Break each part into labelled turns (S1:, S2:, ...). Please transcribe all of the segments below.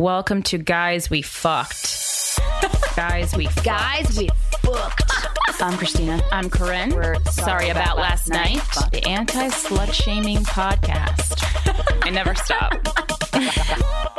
S1: Welcome to Guys We Fucked. Guys We Fucked.
S2: Guys, we booked. I'm Christina.
S1: I'm Corinne.
S2: We're
S1: sorry, about, last night.
S2: Fuck.
S1: The anti slut shaming podcast. I never stop.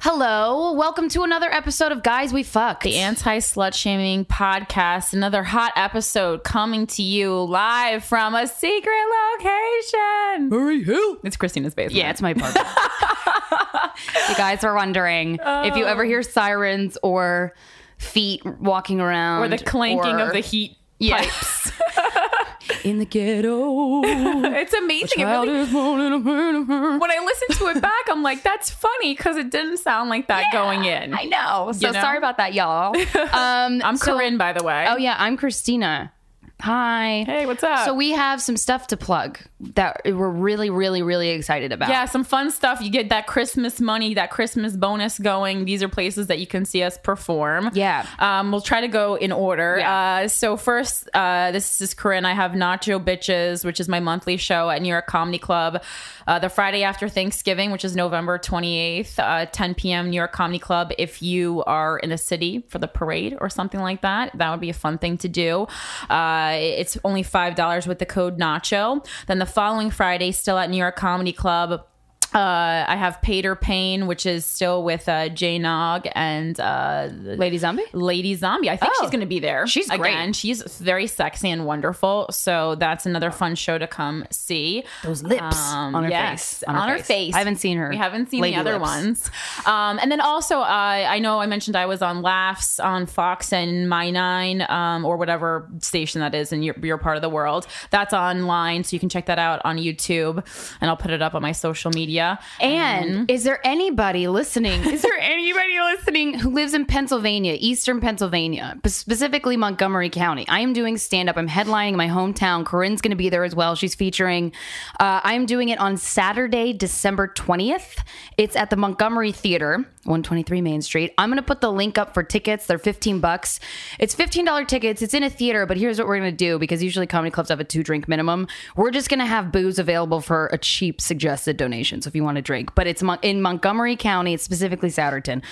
S2: Hello. Welcome to another episode of Guys We Fucked.
S1: The anti slut shaming podcast, another hot episode coming to you live from a secret location.
S2: Murray Hill.
S1: It's Christina's basement.
S2: Yeah, it's my apartment. you guys are wondering if you
S1: Oh.
S2: ever hear sirens or feet walking around
S1: or the clanking
S2: or-
S1: of the heat
S2: Yeah.
S1: pipes.
S2: in the ghetto.
S1: it's amazing. It
S2: Child
S1: really
S2: is born in a man of her.
S1: when I listen to it back, I'm like, that's funny because it didn't sound like that going in.
S2: I know. So
S1: You know?
S2: sorry about that, y'all. Um,
S1: I'm
S2: so-
S1: Corinne, by the way.
S2: Oh yeah, I'm Christina. Hi.
S1: Hey, what's up?
S2: So we have some stuff to plug that we're really, really, really excited about.
S1: Yeah, some fun stuff. You get that Christmas money, that Christmas bonus going. These are places that you can see us perform.
S2: Yeah.
S1: Um, we'll try to go in order.
S2: Yeah.
S1: Uh, so first, uh, this is Corinne. I have Nacho Bitches, which is my monthly show at New York Comedy Club. Uh, the Friday after Thanksgiving, which is November 28th, uh, 10 p.m. New York Comedy Club. If you are in the city for the parade or something like that, that would be a fun thing to do. Uh, it's only $5 with the code Nacho. Then the following Friday, still at New York Comedy Club, uh, I have Pater Payne, which is still with uh, Jay Nog and uh,
S2: Lady Zombie?
S1: Lady Zombie. I think
S2: Oh.
S1: she's going to be there.
S2: She's great.
S1: again. She's very sexy and wonderful. So that's another fun show to come see.
S2: Those lips
S1: Um,
S2: on her
S1: yes,
S2: face. I haven't seen her.
S1: We haven't seen
S2: lady
S1: the other
S2: lips.
S1: ones. Um, and then also, uh, I know I mentioned I was on Laughs on Fox and My Nine um, or whatever station that is in your, your part of the world. That's online, so you can check that out on YouTube, and I'll put it up on my social media. Mm-hmm.
S2: And is there anybody listening? Is there anybody listening who lives in Pennsylvania, Eastern Pennsylvania, but specifically Montgomery County? I am doing stand up. I'm headlining my hometown. Corinne's going to be there as well. She's featuring. Uh, I'm doing it on Saturday, December 20th. It's at the Montgomery Theater, 123 Main Street. I'm going to put the link up for tickets. They're 15 bucks. It's $15 tickets. It's in a theater, but here's what we're going to do because usually comedy clubs have a two drink minimum. We're just going to have booze available for a cheap suggested donation. So if you want to drink, but it's mon- in Montgomery County, it's specifically Satterton.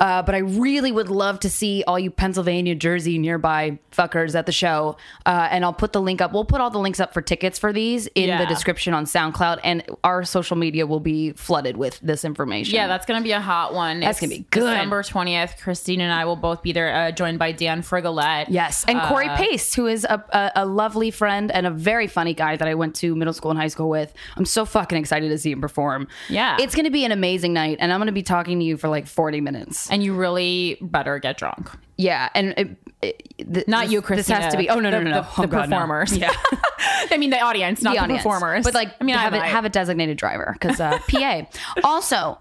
S2: Uh, but I really would love to see all you Pennsylvania, Jersey, nearby fuckers at the show. Uh, and I'll put the link up. We'll put all the links up for tickets for these in
S1: Yeah.
S2: the description on SoundCloud, and our social media will be flooded with this information.
S1: Yeah, that's gonna be a hot one.
S2: That's
S1: It's
S2: gonna be good.
S1: December twentieth. Christine and I will both be there, uh, joined by Dan Frigolette. Uh,
S2: Yes, and Corey Pace, who is a, a, a lovely friend and a very funny guy that I went to middle school and high school with. I'm so fucking excited to see him perform.
S1: Yeah.
S2: it's going to be an amazing night, and I'm going to be talking to you for like 40 minutes.
S1: and you really better get drunk.
S2: Yeah, and it, it, th-
S1: Not
S2: this-
S1: you, Christina.
S2: This has to be. Oh no, no,
S1: The-
S2: no,
S1: the,
S2: no. Oh,
S1: the
S2: God, no.
S1: performers. Yeah, I mean the audience, not the,
S2: audience.
S1: performers.
S2: but like
S1: I mean,
S2: have,
S1: I
S2: a,
S1: might.
S2: have a designated driver because uh, PA. Also,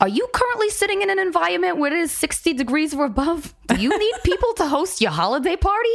S2: are you currently sitting in an environment where it is 60 degrees or above? Do you need people to host your holiday party?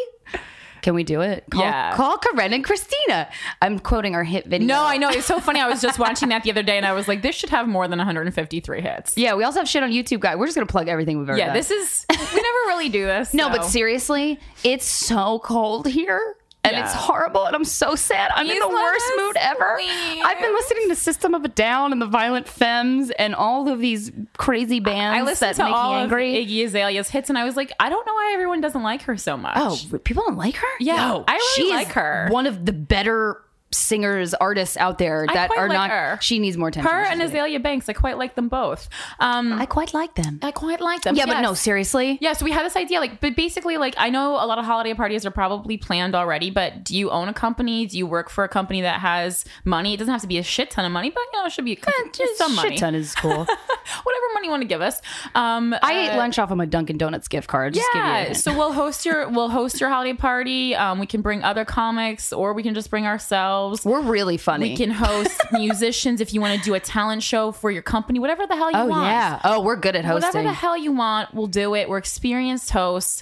S2: Can we do it? Call,
S1: Yeah.
S2: call Karen and Christina. I'm quoting our hit video.
S1: No, I know it's so funny. I was just watching that the other day, and I was like, this should have more than 153 hits.
S2: Yeah, we also have shit on YouTube, guy. We're just gonna plug everything we've ever
S1: Yeah,
S2: done.
S1: this is we never really do this.
S2: no,
S1: so.
S2: but seriously, it's so cold here. And
S1: Yeah.
S2: it's horrible, and I'm so sad. I'm in
S1: Please
S2: the
S1: let
S2: worst
S1: us
S2: mood ever.
S1: leave.
S2: I've been listening to System of a Down and the Violent Femmes and all of these crazy bands
S1: I listened
S2: that
S1: to
S2: make
S1: all
S2: me angry.
S1: of Iggy Azalea's hits, and I was like, I don't know why everyone doesn't like her so much.
S2: Oh, but people don't like her?
S1: Yeah,
S2: No,
S1: I really
S2: she is
S1: like her.
S2: One of the better singers, artists out there
S1: I
S2: that
S1: quite
S2: are
S1: like
S2: not.
S1: her.
S2: She needs more attention.
S1: her
S2: than
S1: and
S2: she's
S1: Azalea Banks, I quite like them both. Um,
S2: getting. I quite like them.
S1: I quite like them.
S2: yeah, but
S1: Yes.
S2: no, seriously.
S1: Yeah, so we had this idea, like, but basically, like, I know a lot of holiday parties are probably planned already, but do you own a company? Do you work for a company that has money? It doesn't have to be a shit ton of money, but, you know, it should be just some
S2: Eh, shit
S1: money.
S2: ton is cool.
S1: Whatever money you want to give us. Um,
S2: I ate lunch off of my Dunkin' Donuts gift card. Just give you a
S1: yeah,
S2: hint.
S1: so we'll host your we'll host your holiday party. Um, we can bring other comics, or we can just bring ourselves.
S2: We're really funny.
S1: We can host musicians if you want to do a talent show for your company, whatever the hell you
S2: oh
S1: want.
S2: yeah. Oh, we're good at hosting.
S1: Whatever the hell you want, we'll do it. We're experienced hosts.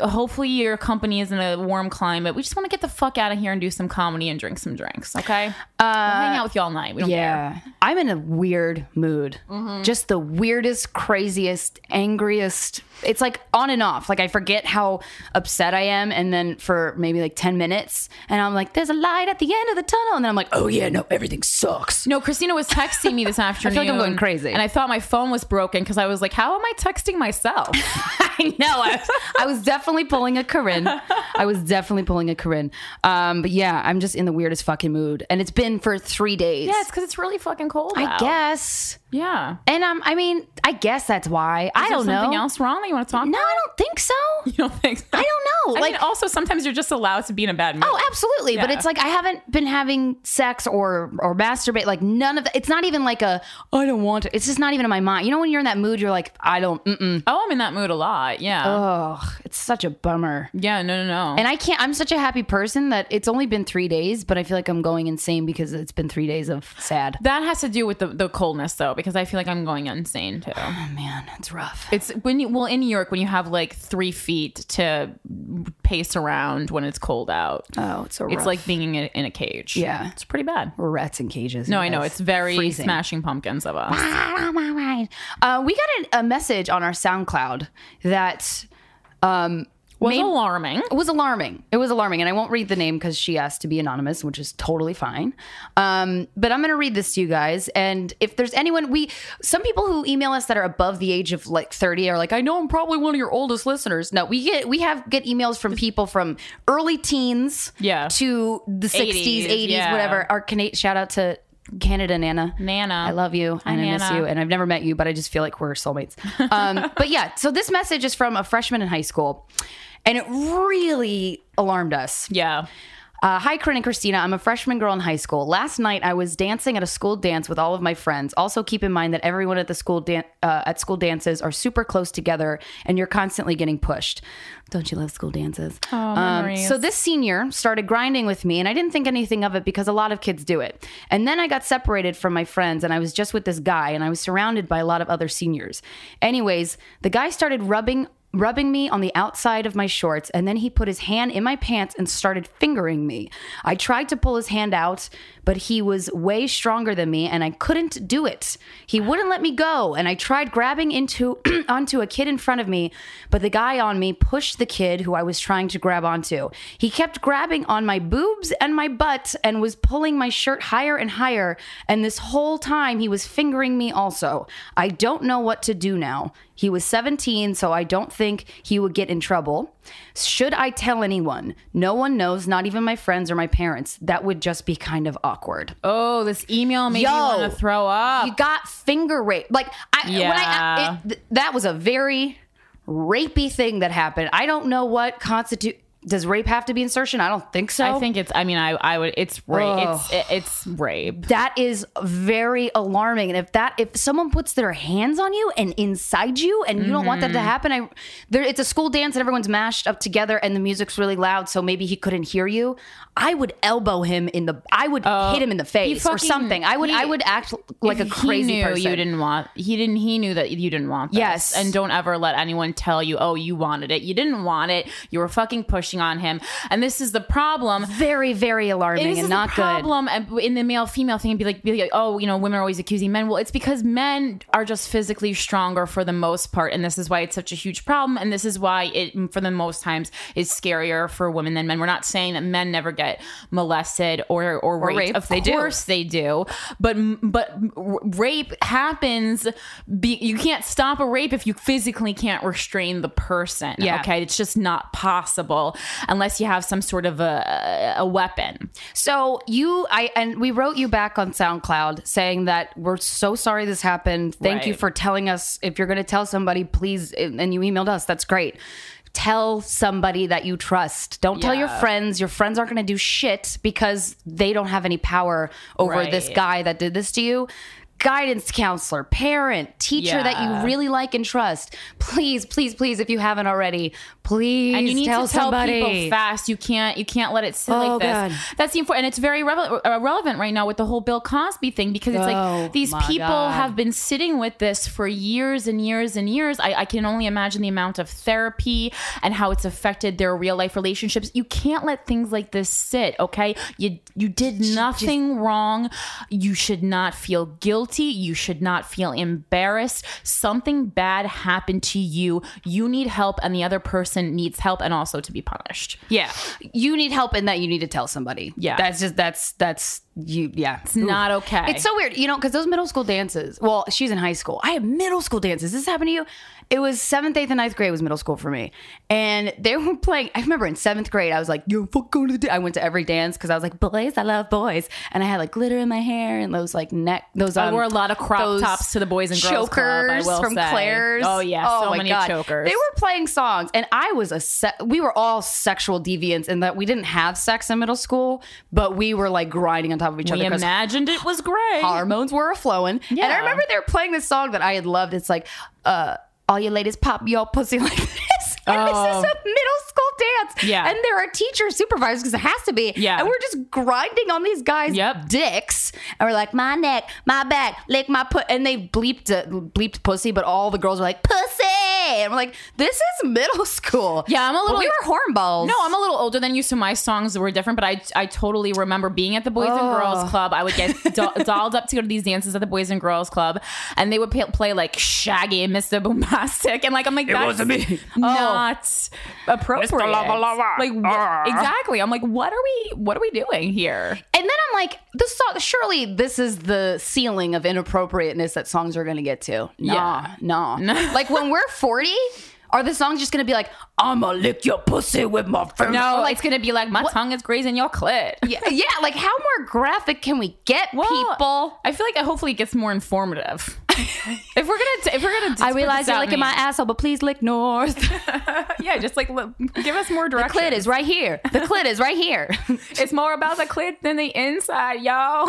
S1: hopefully your company is in a warm climate. We just want to get the fuck out of here and do some comedy and drink some drinks. Okay, uh, we'll hang out with you all night. We don't care.
S2: Yeah. I'm in a weird mood. Just the weirdest, craziest, angriest. It's like on and off. Like I forget how upset I am. And then for maybe like 10 minutes, and I'm like, there's a light at the end of the tunnel. And then I'm like, oh yeah, no, everything sucks.
S1: No, Christina was texting me this afternoon.
S2: like I'm going crazy.
S1: and I thought my phone was broken because I was like, "How am I texting myself?"
S2: I know. I was, I was definitely pulling a Corinne. I was definitely pulling a Corinne. Um, but yeah, I'm just in the weirdest fucking mood. And it's been for three days.
S1: yeah, it's because it's really fucking cold.
S2: I
S1: out.
S2: guess.
S1: Yeah.
S2: And um, I mean, I guess that's why. I
S1: Is there
S2: don't know.
S1: Something else wrong that you want to talk?
S2: No,
S1: about?
S2: I don't think so.
S1: you don't think? So?
S2: I don't know.
S1: I
S2: like,
S1: mean, also sometimes you're just allowed to be in a bad mood.
S2: oh, absolutely. But
S1: Yeah.
S2: it's like I haven't been having sex or or masturbate. Like none of that. It's not even like a I don't want to. It's just not even in my mind. You know, when you're in that mood, you're like, I don't. Mm-mm.
S1: Oh, I'm in that mood a lot. Yeah.
S2: Oh, it's such a bummer.
S1: yeah. No. No. No.
S2: And I can't. I'm such a happy person that it's only been three days, but I feel like I'm going insane because it's been three days of sad.
S1: that has to do with the, the coldness though, because I feel like I'm going insane too.
S2: Oh man, it's rough.
S1: It's when you well in New York when you have like three feet to pace around when it's cold out.
S2: Oh, it's so rough.
S1: It's like being in a, in a cage.
S2: Yeah.
S1: it's pretty bad.
S2: we're rats in cages.
S1: No, I know it's very
S2: Freezing.
S1: smashing pumpkins of us.
S2: Ah, my mind. Uh, we got a, a message on our SoundCloud that um,
S1: Was
S2: made-
S1: alarming.
S2: it was alarming. It was alarming, and I won't read the name because she asked to be anonymous, which is totally fine. Um, but I'm going to read this to you guys, and if there's anyone, we some people who email us that are above the age of like 30 are like, I know I'm probably one of your oldest listeners. No, we get we have get emails from people from early teens,
S1: Yeah.
S2: to the 60s, 80s,
S1: 80s, yeah.
S2: whatever. Our Canadian shout out to Canada Nana.
S1: Nana.
S2: I love you and I miss
S1: Nana.
S2: you and I've never met you, but I just feel like we're soulmates. Um, but yeah, so this message is from a freshman in high school, and it really alarmed us.
S1: Yeah.
S2: Uh, Hi, Corinne and Christina. I'm a freshman girl in high school. Last night, I was dancing at a school dance with all of my friends. Also, keep in mind that everyone at the school dan- uh, at school dances are super close together, and you're constantly getting pushed. Don't you love school dances? Um,
S1: Oh, memories.
S2: so this senior started grinding with me, and I didn't think anything of it because a lot of kids do it. And then I got separated from my friends, and I was just with this guy, and I was surrounded by a lot of other seniors. Anyways, the guy started rubbing rubbing me on the outside of my shorts, and then he put his hand in my pants and started fingering me. I tried to pull his hand out, but he was way stronger than me, and I couldn't do it. He wouldn't let me go, and I tried grabbing into onto a kid in front of me, but the guy on me pushed the kid who I was trying to grab onto. He kept grabbing on my boobs and my butt and was pulling my shirt higher and higher, and this whole time he was fingering me also. I don't know what to do now. He was 17, so I don't think he would get in trouble. Should I tell anyone? No one knows, not even my friends or my parents. That would just be kind of awkward.
S1: Oh, this email made
S2: Yo.
S1: me want to throw up.
S2: You got finger raped. Like I when I
S1: Yeah.
S2: it, th- that was a very rapey thing that happened. I don't know what constitute does rape have to be insertion? I don't think so.
S1: I think it's. I mean, I. I would. It's rape.
S2: Ugh.
S1: It's. It, it's rape.
S2: that is very alarming and if that if someone puts their hands on you and inside you and you don't want
S1: Mm-hmm.
S2: that to happen i there it's a school dance and everyone's mashed up together and the music's really loud so maybe he couldn't hear you i would elbow him in the i would hit him in the face or
S1: Oh, fucking-
S2: something i would i
S1: he-
S2: would act like a
S1: He
S2: crazy
S1: knew
S2: person
S1: You didn't want. He didn't. He knew that you didn't want. This.
S2: Yes.
S1: and don't ever let anyone tell you. Oh, you wanted it. You didn't want it. You were fucking pushing on him, and this is the problem.
S2: very very alarming
S1: This
S2: and
S1: is
S2: not
S1: the
S2: good
S1: problem and in the male female thing. Be like, be like, oh, you know, women are always accusing men. Well, it's because men are just physically stronger for the most part, and this is why it's such a huge problem. And this is why it, for the most times, is scarier for women than men. We're not saying that men never get molested or or, raped.
S2: raped.
S1: Of
S2: They do.
S1: course they do, but but r- rape happens. Be, you can't stop a rape if you physically can't restrain the person.
S2: Yeah.
S1: Okay, it's just not possible unless you have some sort of a a weapon.
S2: So you, I, and we wrote you back on SoundCloud saying that we're so sorry this happened. Thank you
S1: Right.
S2: for telling us. If you're going to tell somebody, please, and you emailed us. That's great. Tell somebody that you trust. Don't tell your
S1: Yeah.
S2: friends. Your friends aren't going to do shit because they don't have any power over this
S1: Right.
S2: guy that did this to you. Guidance counselor, parent, teacher that you
S1: Yeah.
S2: really like and trust. Please, please, please, if you haven't already, Please
S1: and you need
S2: tell
S1: to tell
S2: somebody.
S1: people fast. You can't you can't let it sit
S2: Oh,
S1: like this.
S2: God.
S1: That's the important, and it's very rele- uh, relevant right now with the whole Bill Cosby thing because it's
S2: Oh,
S1: like these
S2: my
S1: people
S2: God.
S1: have been sitting with this for years and years and years. I, I can only imagine the amount of therapy and how it's affected their real life relationships. You can't let things like this sit. Okay, you you did nothing wrong. You should not feel guilty. You should not feel embarrassed. Something bad happened to you. You need help, and the other person needs help, and also to be punished.
S2: yeah, you need help in that. You need to tell somebody.
S1: Yeah.
S2: that's just that's that's you. Yeah, it's
S1: Not okay.
S2: It's so weird, you know, because those middle school dances. Well, she's in high school. I had middle school dances. This happened to you. It was seventh, eighth, and ninth grade was middle school for me, and they were playing. I remember in seventh grade, I was like, "Yo, fuck, go to the." da-" I went to every dance because I was like, "Boys, I love boys," and I had like glitter in my hair and those like neck. Those um,
S1: I wore a lot of crop
S2: those
S1: tops to the boys and girls club, I
S2: chokers
S1: will
S2: from
S1: say.
S2: Claire's.
S1: Oh, yeah, so many chokers.
S2: They were were playing songs and i was a se- we were all sexual deviants in that we didn't have sex in middle school but we were like grinding on top of each
S1: we
S2: other 'cause
S1: imagined it was great.
S2: hormones were flowing and i
S1: Yeah.
S2: remember they were playing this song that i had loved it's like uh all you ladies pop your pussy like this and this
S1: Oh.
S2: is a middle school dance
S1: Yeah.
S2: and there are teachers supervisors because it has to be
S1: Yeah.
S2: and we're just grinding on these guys
S1: Yep.
S2: dicks and we're like my neck my back lick my put and they bleeped uh, bleeped pussy but all the girls were like pussy and we're like this is middle school
S1: Yeah, I'm a
S2: But
S1: little-
S2: we were hornballs
S1: No, I'm a little older than you, so my songs were different. But I, I totally remember being at the Boys and Girls Club. I would get do- dolled up to go to these dances at the Boys and Girls Club, and they would pay- play like Shaggy, and Mr. Bombastic, and like I'm like, that's
S3: wasn't me.
S1: not appropriate.
S3: Lava Lava.
S1: Like wh-
S3: Arr.
S1: exactly. I'm like, what are we? What are we doing here?
S2: And then I'm like, the song. Surely this is the ceiling of inappropriateness that songs are going to get to. Nah,
S1: Yeah.
S2: nah. like when we're 40, are the songs just going to be like, "I'ma lick your pussy with my finger"?
S1: No,
S2: Or
S1: it's gonna be like my tongue is grazing your clit.
S2: yeah, yeah. Like how more graphic can we get,
S1: Well,
S2: people?
S1: I feel like it hopefully gets more informative. if we're gonna, if we're gonna,
S2: I
S1: put
S2: realize
S1: this
S2: you're
S1: out
S2: licking
S1: in the-
S2: my asshole, but please lick north.
S1: yeah, just like look, give us more
S2: The
S1: direction.
S2: clit is right here. The clit is right here. oh,
S1: It's more about the clit than the inside, y'all.
S2: Oh,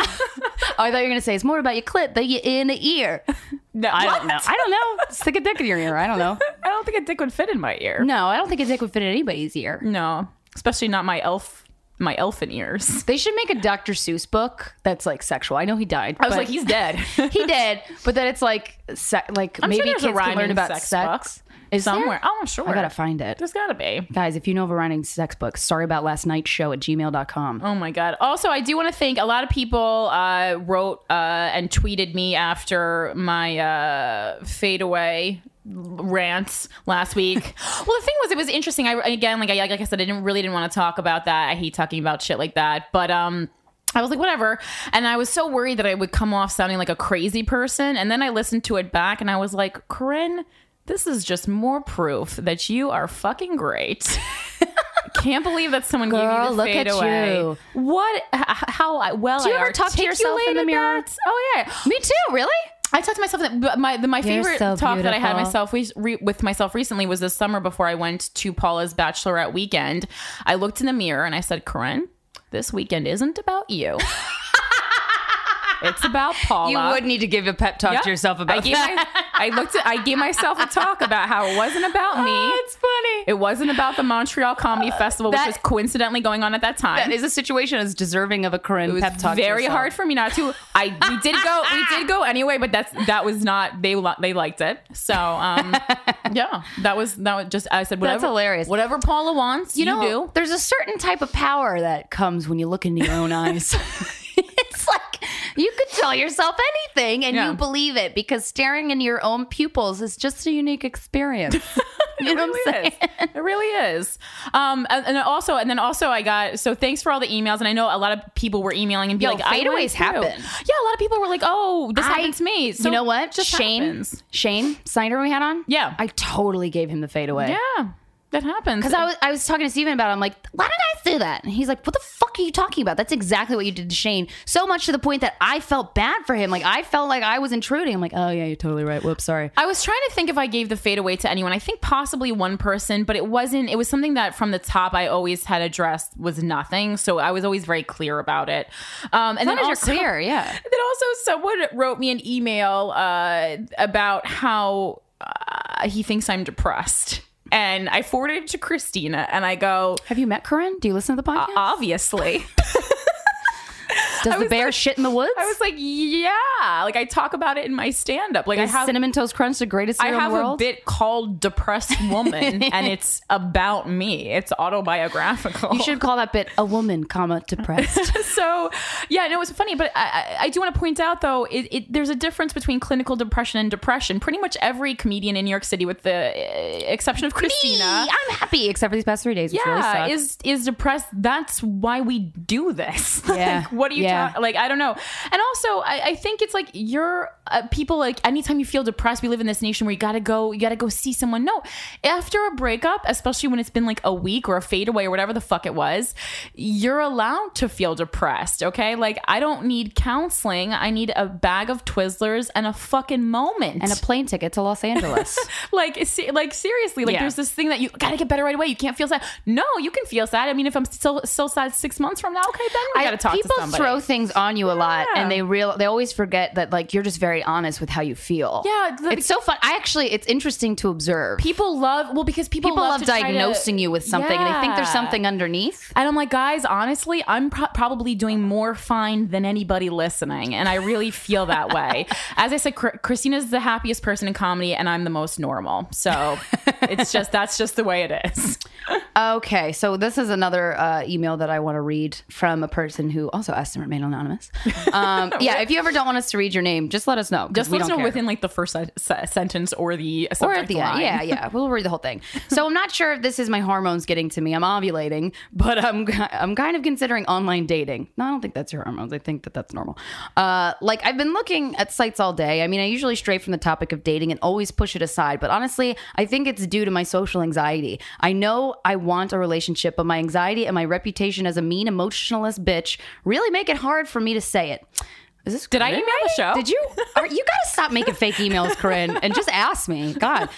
S2: I thought you were gonna say it's more about your clit than your inner ear.
S1: No, I
S2: I don't know. I don't know. Stick a dick in your ear. I don't know.
S1: I don't think a dick would fit in my ear.
S2: No, I don't think a dick would fit in anybody's ear.
S1: No, especially not my elf, my elfin ears.
S2: They should make a Dr. Seuss book that's like sexual. I know he died.
S1: I was like, he's dead.
S2: he did, but then it's like se- like
S1: I'm sure
S2: maybe
S1: there's a
S2: kids can learn
S1: rhyming
S2: about sex.
S1: sex book
S2: Is there?
S1: somewhere. Oh, I'm sure.
S2: I gotta find it.
S1: There's gotta be.
S2: Guys, if you know of a rhyming sex book, sorry about last night's show at gmail.com.
S1: Oh my god! Also, I do want to thank a lot of people uh, wrote uh, and tweeted me after my uh, fadeaway rant last week. well, the thing was, it was interesting. I again, like I like I said, I didn't really didn't want to talk about that. I hate talking about shit like that, but um. I was like, whatever. And I was so worried that I would come off sounding like a crazy person. And then I listened to it back and I was like, Corinne, this is just more proof that you are fucking great. Can't believe that someone gave
S2: Girl,
S1: you the
S2: look at
S1: fadeaway.
S2: you.
S1: What? h- How I- well?
S2: Do you
S1: I
S2: ever talk to yourself in the
S1: articulated
S2: mirror?
S1: that. Oh yeah,
S2: Me too, really?
S1: I talked to myself. in the- but My the, my favorite
S2: so
S1: talk that I had
S2: beautiful.
S1: myself re- re- with myself recently was this summer before I went to Paula's bachelorette weekend. I looked in the mirror and I said, "Corinne, this weekend isn't about you. it's about Paula."
S2: need to give a pep talk
S1: Yep. I gave My, I looked. At, I gave myself a talk about how it wasn't about me.
S2: Oh, it's funny.
S1: it wasn't about the Montreal Comedy Festival,
S2: that-
S1: which was coincidentally going on at that time.
S2: that is a situation as deserving of a Corinne
S1: It was
S2: pep talk. to
S1: very
S2: yourself.
S1: hard for me not to. I we did go we did go anyway, but that's that was not they li- they liked it. So um yeah, that was that was just I said whatever
S2: hilarious.
S1: Whatever Paula wants, you,
S2: you know,
S1: do.
S2: there's a certain type of power that comes when you look into your own eyes. it's like you could tell yourself anything and
S1: Yeah.
S2: you believe it because staring into your own pupils is just a unique experience. you know what I'm saying?
S1: It is. It really is. Um, and, and also, and then also, I got so thanks for all the emails, and I know a lot of people were emailing and be
S2: Yo,
S1: like, I went
S2: fadeaways
S1: too.
S2: happen.
S1: Yeah, a lot of people were like, "Oh, this
S2: I-
S1: happened to me." So
S2: you know what?
S1: it Just
S2: Shane,
S1: happens.
S2: Shane Snyder, we had on.
S1: Yeah.
S2: I totally gave him the fadeaway.
S1: Yeah, that happens.
S2: Because I was, I was talking to Steven about it. I'm like, why did I do that? And he's like, what the fuck are you talking about? That's exactly what you did to Shane. So much to the point that I felt bad for him. Like, I felt like I was intruding. I'm like, oh, yeah, you're totally right. Whoops, sorry.
S1: I was trying to think if I gave the fadeaway to anyone. I think possibly one person, but it wasn't. It was something that from the top I always had addressed was nothing. So I was always very clear about it. Um, and then
S2: As long as
S1: also,
S2: you're clear, yeah.
S1: then also someone wrote me an email uh, about how uh, he thinks I'm depressed. and I forwarded it to Christina and I go,
S2: Have you met Corinne? Do you listen to the podcast?
S1: obviously.
S2: Does the
S1: was
S2: bear
S1: like-
S2: shit in the woods?
S1: I was like, yeah. Like I talk about it in my stand up. Like I
S2: Is
S1: have
S2: cinnamon toast crunch the greatest
S1: I
S2: cereal in
S1: have
S2: the
S1: a
S2: world?
S1: bit called Depressed Woman and it's about me. It's autobiographical.
S2: You should call that bit a woman, comma depressed.
S1: so yeah, no, it's funny, but I, I, I do want to point out though, it, it, there's a difference between clinical depression and depression. Pretty much every comedian in New York City, with the uh, exception of Christina,
S2: I'm happy except for these past three days. Which really
S1: yeah,
S2: sucked.
S1: is is depressed. That's why we do this.
S2: Yeah.
S1: like, what are you
S2: Yeah.
S1: talking? Like, I don't know. And also, I, I think it's like you're uh, people. Like, anytime you feel depressed, we live in this nation where you gotta go, you gotta go see someone. No, after a breakup, especially when it's been like a week or a fadeaway or whatever the fuck it was, you're allowed to feel depressed. Okay, like I don't need counseling. I need a bag of Twizzlers and a fucking moment
S2: and a plane ticket to Los Angeles.
S1: like se- like seriously like
S2: Yeah.
S1: there's this thing that you gotta get better right away you can't feel sad no you can feel sad i mean if i'm still still sad six months from now okay then we gotta talk
S2: people
S1: to somebody
S2: throw things on you a lot,
S1: Yeah.
S2: and they real they always forget that like you're just very honest with how you feel.
S1: Yeah, the-
S2: it's so fun. I actually, it's interesting to observe.
S1: people love well because people,
S2: People love,
S1: to try to-
S2: diagnosing you with something, and they think there's
S1: Yeah.
S2: something underneath.
S1: and I'm like, guys, honestly, I'm pro- probably doing more fine than anybody listening. And I really feel that way. As I said, Cr- Christina's the happiest person in comedy, and I'm the most normal. So it's just, that's just the way it is.
S2: Okay, so this is another uh, email that I want to read from a person who also asked to remain anonymous. Um, yeah, if you ever don't want us to read your name, just let us know. 'cause
S1: Just
S2: we
S1: let us know
S2: don't care.
S1: within like the first se- se- sentence or the
S2: or
S1: subject
S2: at the
S1: line.
S2: end. Yeah, yeah. We'll read the whole thing. So I'm not sure if this is my hormones getting to me. I'm ovulating, but I'm I'm kind of considering online dating. No, I don't think that's your hormones. I think that that's normal. Uh, like I've been looking at sites all day. I mean, I usually stray from the topic of dating and always push it aside. But honestly, I think it's due to my social anxiety. I know I want a relationship, but my anxiety and my reputation as a mean emotionalist bitch really make it hard for me to say it. Is this
S1: Did I
S2: Corinne
S1: email the
S2: writing?
S1: show?
S2: Did you? Are, you gotta stop making fake emails, Corinne, and just ask me. God.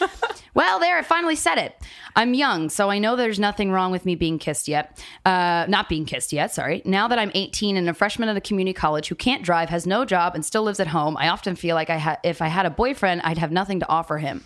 S2: Well, there, I finally said it. I'm young, so I know there's nothing wrong with me being kissed yet. Uh, not being kissed yet, sorry. Now that I'm 18 and a freshman at a community college who can't drive, has no job, and still lives at home, I often feel like I ha- if I had a boyfriend, I'd have nothing to offer him.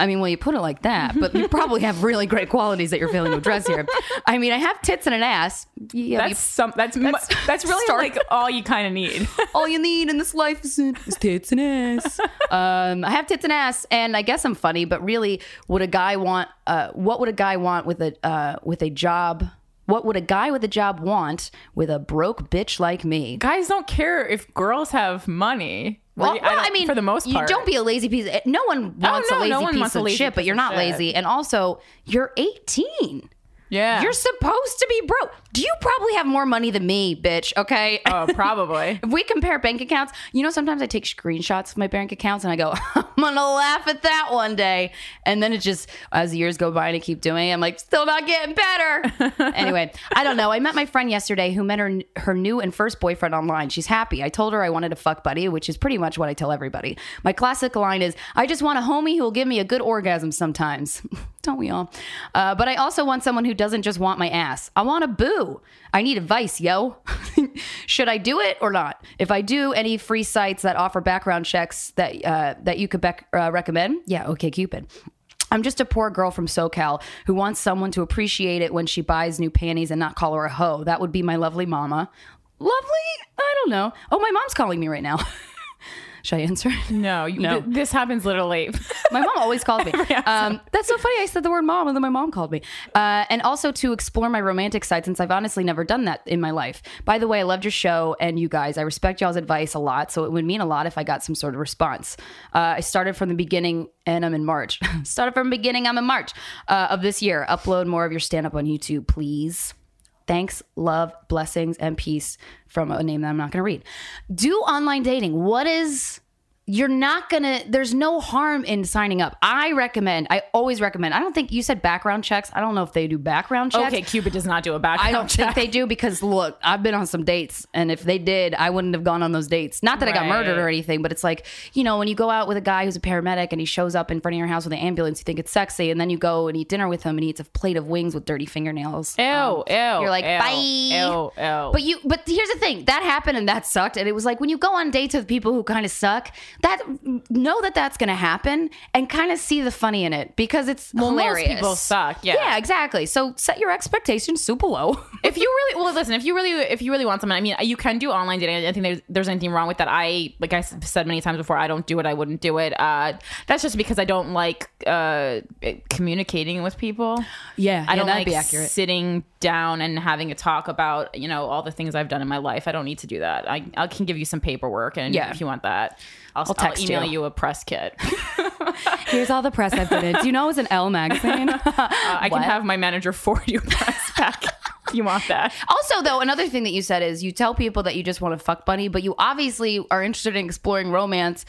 S2: I mean, well, you put it like that, but you probably have really great qualities that you're failing to address here. I mean, I have tits and an ass. Yeah,
S1: That's some. That's that's,
S2: That's-
S1: that's really
S2: Start.
S1: like all you kind of need.
S2: all you need in this life is, is tits and ass. um, I have tits and ass, and I guess I'm funny, but really, would a guy want? Uh, what would a guy want with a uh, with a job? What would a guy with a job want with a broke bitch like me?
S1: Guys don't care if girls have money.
S2: Well,
S1: Re-
S2: well,
S1: don't-
S2: I, mean,
S1: for the most part, Oh,
S2: you don't be a lazy piece. Of, no one wants
S1: no,
S2: a lazy
S1: no one
S2: piece
S1: wants a
S2: of
S1: lazy
S2: shit, but
S1: piece
S2: you're
S1: of
S2: not
S1: shit.
S2: lazy, and also you're 18.
S1: Yeah,
S2: You're supposed to be broke. Do you probably have more money than me, bitch? Okay.
S1: oh, probably.
S2: If we compare bank accounts, you know, sometimes I take screenshots of my bank accounts and I go, I'm gonna laugh at that one day. And then it just, as the years go by and I keep doing it, I'm like, still not getting better. anyway, I don't know. I met my friend yesterday who met her her new and first boyfriend online. She's happy. I told her I wanted a fuck buddy, which is pretty much what I tell everybody. My classic line is, I just want a homie who will give me a good orgasm sometimes. don't we all? Uh, but I also want someone who doesn't just want my ass. I want a boo. I need advice, yo. Should I do it or not? If I do, any free sites that offer background checks that uh, that you could bec- uh, recommend? Yeah, okay, Cupid. I'm just a poor girl from SoCal who wants someone to appreciate it when she buys new panties and not call her a hoe. That would be my lovely mama. Lovely? I don't know. Oh, my mom's calling me right now. Should I answer?
S1: No, you,
S2: No.
S1: th- this happens literally.
S2: My mom always called me. Um, that's so funny. I said the word mom, and then my mom called me. Uh, and also to explore my romantic side, since I've honestly never done that in my life. By the way, I loved your show and you guys. I respect y'all's advice a lot, so it would mean a lot if I got some sort of response. Uh, I started from the beginning, and I'm in March. started from the beginning. I'm in March uh, of this year. Upload more of your stand up on YouTube, please. Thanks, love, blessings, and peace from a name that I'm not going to read. Do online dating. What is you're not gonna there's no harm in signing up i recommend i always recommend i don't think you said background checks i don't know if they do background checks
S1: okay, Cupid does not do a background
S2: i don't
S1: check.
S2: think they do because look i've been on some dates and if they did i wouldn't have gone on those dates not that i got
S1: Right.
S2: murdered or anything but it's like you know when you go out with a guy who's a paramedic and he shows up in front of your house with an ambulance you think it's sexy and then you go and eat dinner with him and he eats a plate of wings with dirty fingernails
S1: Ew, ew.
S2: you're like,
S1: ew,
S2: bye.
S1: Ew, ew.
S2: But you, but here's the thing that happened and that sucked. And it was like when you go on dates with people who kind of suck, that know that that's going to happen and kind of see the funny in it because it's
S1: Well, most
S2: hilarious.
S1: people suck, yeah.
S2: yeah, exactly. So set your expectations super low.
S1: if you really well listen if you really if you really want something i mean you can do online dating i don't think there's, there's anything wrong with that i like i s- said many times before i don't do it i wouldn't do it uh that's just because i don't like uh communicating with people
S2: Yeah,
S1: i
S2: yeah,
S1: don't
S2: that'd
S1: like
S2: be accurate.
S1: sitting down and having a talk about you know all the things i've done in my life i don't need to do that i, I can give you some paperwork and
S2: Yeah.
S1: if you want that i'll, I'll
S2: text
S1: email
S2: you.
S1: you. a press kit
S2: Here's all the press I've been in. Do you know it was an L magazine?
S1: Uh, i can have my manager forward you a press pack if you want that
S2: Also, though, another thing that you said is you tell people that you just want to fuck bunny, but you obviously are interested in exploring romance.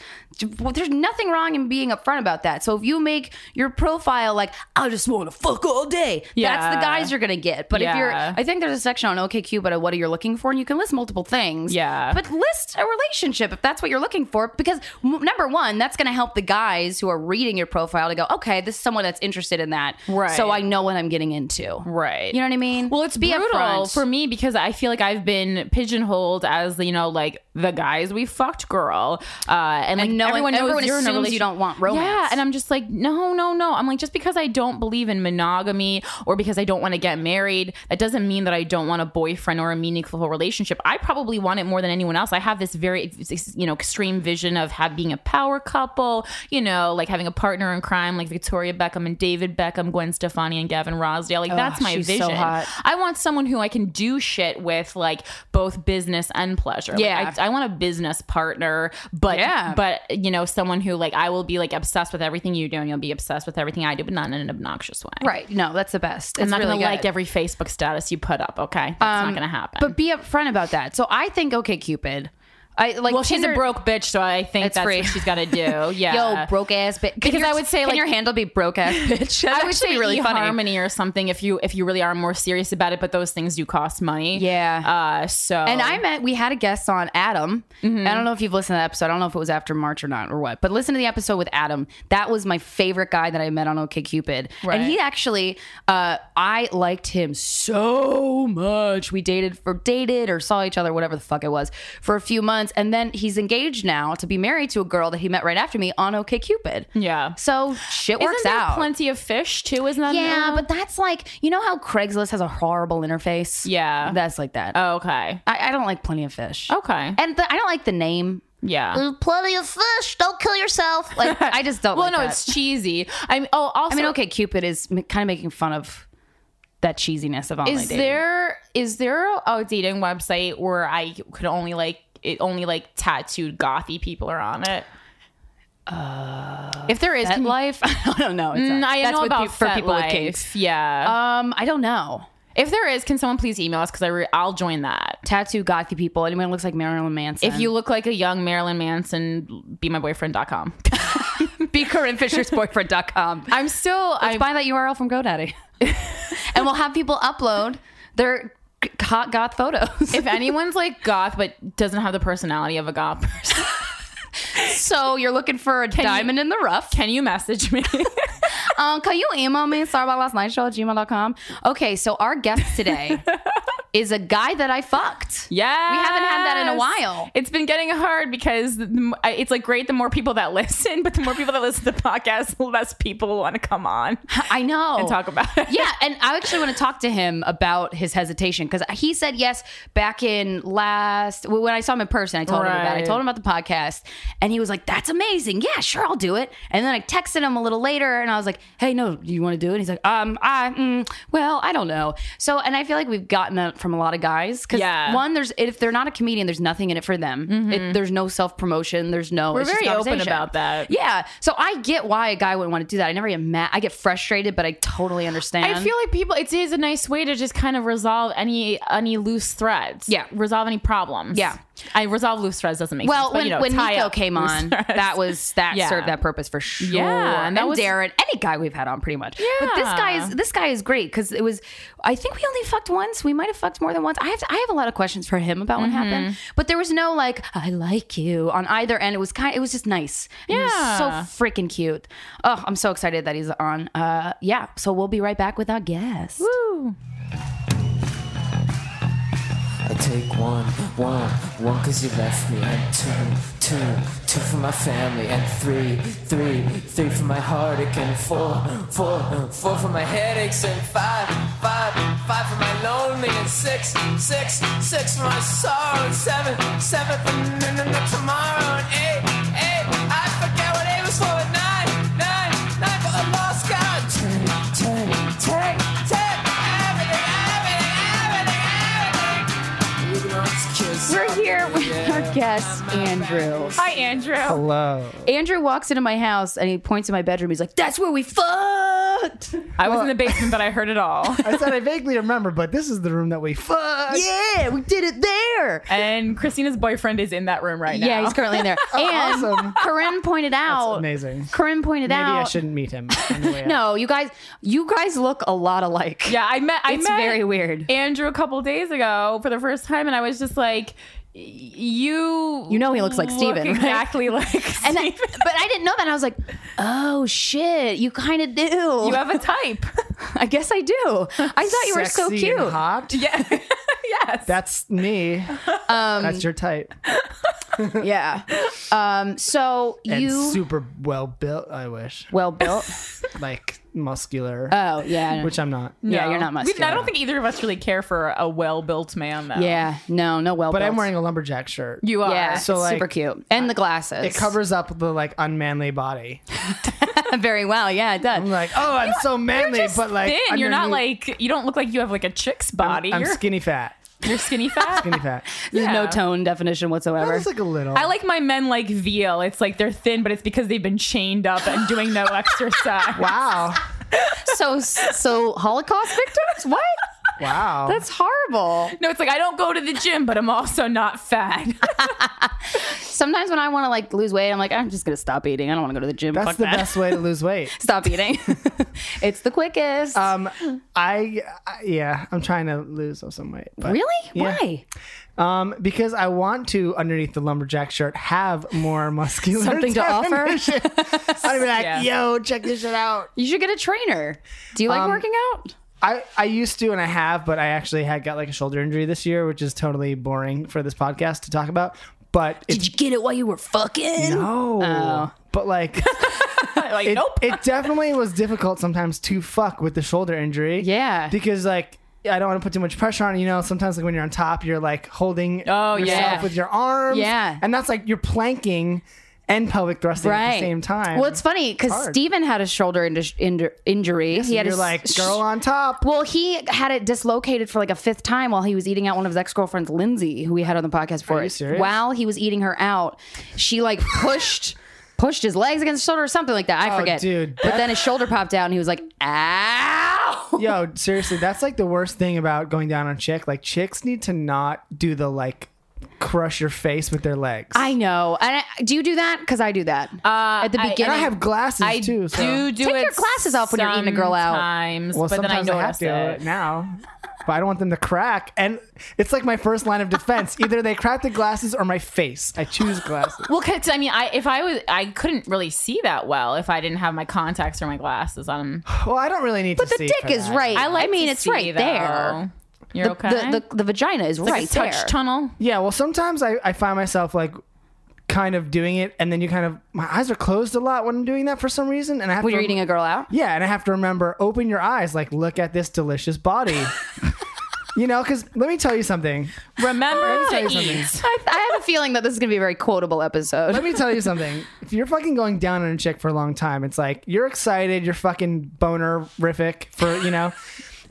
S2: Well, There's nothing wrong in being upfront about that. So if you make your profile like, I just want to fuck all day, that's the
S1: Yeah.
S2: guys you're going to get. But if you're,
S1: Yeah.
S2: I think there's a section on OKQ, but what are you looking for? And you can list multiple things.
S1: Yeah.
S2: But list a relationship if that's what you're looking for, because m- number one, that's going to help the guys who are reading your profile to go, okay, this is someone that's interested in that.
S1: Right.
S2: So I know what I'm getting into.
S1: right
S2: You know what I mean?
S1: Well, it's
S2: Be
S1: brutal
S2: upfront.
S1: for me because I feel like I've been pigeonholed as you know, like the guys we fucked, girl, uh, and, like
S2: no one-
S1: everyone, knows
S2: everyone
S1: you're in a
S2: assumes you
S1: relation-
S2: don't want romance.
S1: Yeah, and I'm just like, no, no, no. I'm like, just because I don't believe in monogamy or because I don't want to get married, that doesn't mean that I don't want a boyfriend or a meaningful relationship. I probably want it more than anyone else. I have this very, you know, extreme vision of have, being a power couple, you know, like having a partner in crime, like Victoria Beckham and David Beckham, Gwen Stefani and Gavin Rosdale. Like that's my
S2: she's so
S1: vision.
S2: hot.
S1: I want someone who I can do shit with, like both business and pleasure. Like,
S2: Yeah.
S1: I, I want a business partner, but
S2: Yeah.
S1: but you know, someone who like I will be like obsessed with everything you do, and you'll be obsessed with everything I do, but not in an obnoxious way.
S2: Right. No, that's the best. It's
S1: I'm not
S2: really
S1: gonna
S2: good. Um,
S1: like every Facebook status you put up. Okay, that's not gonna happen.
S2: But be upfront about that. So I think okay, Cupid. I like.
S1: well, she's a
S2: Tinder-
S1: broke bitch, so I think
S2: It's
S1: that's
S2: free.
S1: what she's got to do. Yeah,
S2: Yo, broke ass bitch. Can
S1: Because
S2: your-
S1: I would say,
S2: can
S1: like-
S2: your handle be broke ass bitch. That's
S1: I would
S2: actually
S1: say really harmony or something if you if you really are more serious about it. But those things do cost money.
S2: Yeah.
S1: Uh. So
S2: And I met we had a guest on Adam.
S1: Mm-hmm.
S2: I don't know if you've listened to that episode. I don't know if it was after March or not or what. But listen to the episode with Adam. That was my favorite guy that I met on OkCupid.
S1: Right.
S2: And he actually uh I liked him so much. We dated for dated or saw each other whatever the fuck it was for a few months and then he's engaged now to be married to a girl that he met right after me on OkCupid.
S1: Yeah.
S2: So shit
S1: Isn't
S2: works
S1: there
S2: out.
S1: plenty of fish too? Isn't that
S2: yeah,
S1: no?
S2: but that's like you know how Craigslist has a horrible interface?
S1: Yeah.
S2: That's like that.
S1: Oh, okay.
S2: I, I don't like plenty of fish.
S1: Okay.
S2: And the, I don't like the name.
S1: yeah.
S2: There's plenty of fish. Don't kill yourself. Like I just don't.
S1: Well,
S2: like
S1: no,
S2: that.
S1: it's cheesy. I'm. Oh, also,
S2: I mean, okay, Cupid is m- kind of making fun of that cheesiness of online
S1: Is
S2: dating.
S1: there is there a dating website where I could only like it only like tattooed gothy people are on it? if there is,
S2: Fet
S1: can-
S2: life? I don't know. It's
S1: Mm,
S2: not-
S1: I
S2: Uh, that's
S1: know
S2: with
S1: about
S2: peop- for people with
S1: FetLife.
S2: kinks.
S1: Yeah.
S2: Um, I don't know.
S1: if there is, can someone please email us because I re- I'll join that.
S2: Tattoo gothy people. Anyone who looks like Marilyn Manson.
S1: If you look like a young Marilyn Manson, be my boyfriend.com.
S2: be CorinneFishersBoyfriend.com.
S1: I'm still.
S2: Let's
S1: I'm,
S2: buy that URL from GoDaddy, and we'll have people upload their g- hot goth photos.
S1: if anyone's like goth but doesn't have the personality of a goth person,
S2: so you're looking for a diamond in the rough.
S1: can you message me?
S2: um, can you email me? Sorry about last night show at gmail.com. Okay, so our guest today is a guy that I fucked.
S1: Yeah.
S2: We haven't had that in a while.
S1: It's been getting hard because the- the m- I- it's like great the more people that listen, but the more people that listen to the podcast, the less people want to come on
S2: I know.
S1: and talk about it.
S2: yeah, and I actually want to talk to him about his hesitation because he said yes back in last well, when I saw him in person. I told him about. It. I
S1: Right.
S2: told him about the podcast, and he was like, "That's amazing. Yeah, sure, I'll do it." And then I texted him a little later, and I was like, "Hey, no, do you want to do it?" And he's like, "Um, I, mm, well, I don't know." So, and I feel like we've gotten that from a lot of guys because
S1: Yeah. Mm-hmm.
S2: one, there's if they're not a comedian, there's nothing in it for them. It, there's no self promotion. There's no.
S1: We're
S2: it's just
S1: very open
S2: conversation.
S1: about that.
S2: Yeah, so I get why a guy wouldn't want to do that. I never get mad. I get frustrated, but I totally understand.
S1: I feel like people it is a nice way to just kind of resolve any any loose threads.
S2: Yeah.
S1: Resolve any problems.
S2: Yeah.
S1: I resolve loose threads doesn't make sense.
S2: well
S1: but,
S2: when,
S1: you know,
S2: when
S1: tie
S2: Nico
S1: up
S2: came
S1: loose
S2: on,
S1: threads.
S2: that was that
S1: Yeah.
S2: served that purpose for sure.
S1: Yeah,
S2: and
S1: and that
S2: then
S1: was-
S2: Darren, any guy we've had on, pretty much. But this guy is
S1: Yeah.
S2: this guy is great because it was. I think we only fucked once. We might have fucked more than once. I have I have a lot of questions for him about what happened,
S1: Mm-hmm.
S2: but there was no like I like you on either end. It was kind. It was just nice. And he was
S1: Yeah.
S2: so freaking cute. Oh, I'm so excited that he's on. Uh, yeah. So we'll be right back with our guest.
S1: Woo.
S3: I take one, one, one, cause you left me. And two, two, Two, two for my family, and three, three, three for my heartache, and four, four, four for my headaches, and five, five, five for my lonely, and six, six, six for my sorrow, and seven, seven for n- n- n- tomorrow, and eight, eight, I forget what eight was for, and nine, nine, nine for a lost God. Ten, ten, ten, ten, everything, everything, everything, everything. You can always kiss
S2: We're here with our guest, Andrew.
S1: Hi,
S4: Oh,
S1: Andrew.
S4: Hello.
S2: Andrew walks into my house and he points to my bedroom. He's like, "That's where we fucked."
S1: I was in the basement, but I heard it all.
S4: I said I vaguely remember, but this is the room that we fucked.
S2: Yeah, we did it there.
S1: And Christina's boyfriend is in that room right now.
S2: Yeah, he's currently in there. and
S4: Oh, awesome.
S2: Corinne pointed out.
S4: amazing.
S2: Corinne pointed
S4: Maybe
S2: out.
S4: I shouldn't meet him. on the way out.
S2: No, you guys, you guys look a lot alike.
S1: Yeah, I met. I
S2: It's
S1: met
S2: very weird.
S1: Andrew a couple days ago for the first time, and I was just like, y- "You,
S2: You know he looks like Steven, right?
S1: exactly like."
S2: And
S1: And
S2: I, but I didn't know that. I was like, oh shit, you kind of do.
S1: you have a type.
S2: I guess I do. I thought you were so
S4: Sexy
S2: cute.
S4: And hot.
S1: yeah, yes.
S4: That's me. That's your type.
S2: Yeah. Um. So
S4: And
S2: you
S4: super well built. I wish.
S2: well built.
S4: Like muscular,
S2: Oh yeah.
S4: which I'm not.
S2: yeah,
S1: No.
S2: you're not
S1: We-
S2: muscular.
S1: I don't think either of us really care for a well-built man, though.
S2: Yeah. No. No well.
S4: But I'm wearing a lumberjack shirt.
S1: you are.
S2: Yeah.
S4: So,
S2: it's
S4: like,
S2: super cute. And the glasses.
S4: Uh, It covers up the like unmanly body.
S2: very well. Yeah, it does.
S4: I'm like, oh, I'm so manly,
S1: You're just
S4: but like,
S1: thin. You're not
S4: underneath-
S1: like you don't look like you have like a chick's body.
S4: I'm
S1: you're,
S4: skinny fat.
S1: you're skinny fat.
S4: Skinny fat.
S2: There's no
S1: yeah.
S2: tone definition whatsoever.
S4: It's like a little.
S1: I like my men like veal. It's like they're thin, but it's because they've been chained up and doing no exercise.
S4: Wow.
S2: so so Holocaust victims? What?
S4: Wow.
S2: That's horrible.
S1: No, it's like I don't go to the gym, but I'm also not fat.
S2: Sometimes when I want to like lose weight, I'm like, I'm just gonna stop eating. I don't want to go to the gym.
S4: That's
S2: Fuck
S4: the
S2: that.
S4: best way to lose weight.
S2: Stop eating. it's the quickest.
S4: Um, I, I yeah, I'm trying to lose some weight. But,
S2: really?
S4: yeah.
S2: Why?
S4: Um, because I want to underneath the lumberjack shirt have more muscular
S2: Something to offer?
S4: definition. I'd be like,
S1: Yeah.
S4: yo, check this shit out.
S2: You should get a trainer. Do you like
S4: Um,
S2: working out?
S4: I I used to and I have, but I actually had got like a shoulder injury this year, which is totally boring for this podcast to talk about. But it's
S2: you get it while you were fucking?
S4: no,
S2: Oh.
S4: but like.
S1: like,
S4: it,
S1: nope.
S4: it definitely was difficult sometimes to fuck with the shoulder injury.
S2: Yeah.
S4: Because like I don't want to put too much pressure on it, you know. Sometimes like when you're on top, you're like holding
S1: Oh,
S4: yourself
S1: yeah.
S4: with your arms.
S2: Yeah.
S4: And that's like you're planking and pelvic thrusting at the same time.
S2: Well, it's funny because
S4: hard.
S2: Steven had a shoulder indu- indu- injury. he had
S4: you're
S2: a s-
S4: like
S2: sh-
S4: girl on top.
S2: Well, he had it dislocated for like a fifth time while he was eating out one of his ex girlfriends, Lindsay, who we had on the podcast for.
S4: you serious?
S2: While he was eating her out, she like pushed. Pushed his legs against his shoulder or something like that. I
S4: Oh,
S2: forget.
S4: dude,
S2: but
S4: that-
S2: then his shoulder popped out and he was like, ow.
S4: Yo, seriously, that's like the worst thing about going down on chick. Like chicks need to not do the like crush your face with their legs.
S2: I know. And I, do you do that? Because I do that. Uh, At the
S1: I-
S2: beginning.
S4: and I have glasses
S1: I
S4: too. So.
S1: do do
S2: Take
S1: it
S2: your glasses off when you're eating a girl out.
S1: Sometimes,
S4: Well,
S1: but then I
S4: sometimes I, have
S1: notice it.
S4: to now, but I don't want them to crack. And it's like my first line of defense: either they crack the glasses or my face. I choose glasses.
S1: Well, cause I mean, I if I was, I couldn't really see that well if I didn't have my contacts or my glasses on.
S4: Well, I don't really need
S2: but
S4: to.
S2: the
S4: see
S2: dick
S4: for
S2: is
S4: that.
S2: right.
S1: I
S2: I,
S1: like.
S2: mean,
S1: to
S2: it's
S1: see,
S2: right
S1: though.
S2: there.
S1: You're
S2: The-
S1: okay.
S2: The, the, the vagina is
S1: like
S2: right
S1: a touch
S2: there.
S1: tunnel.
S4: Yeah. Well, sometimes I I find myself like kind of doing it, and then you kind of my eyes are closed a lot when I'm doing that for some reason, and I have
S2: when
S4: to
S2: you're eating a girl out.
S4: Yeah, and I have to remember open your eyes, like look at this delicious body. you know, because let me tell you something.
S1: Remember
S4: tell
S1: to
S4: you
S1: eat.
S2: I, I have a feeling that this is going to be a very quotable episode.
S4: Let me tell you something. If you're fucking going down on a chick for a long time, it's like you're excited, you're fucking bonerific for you know,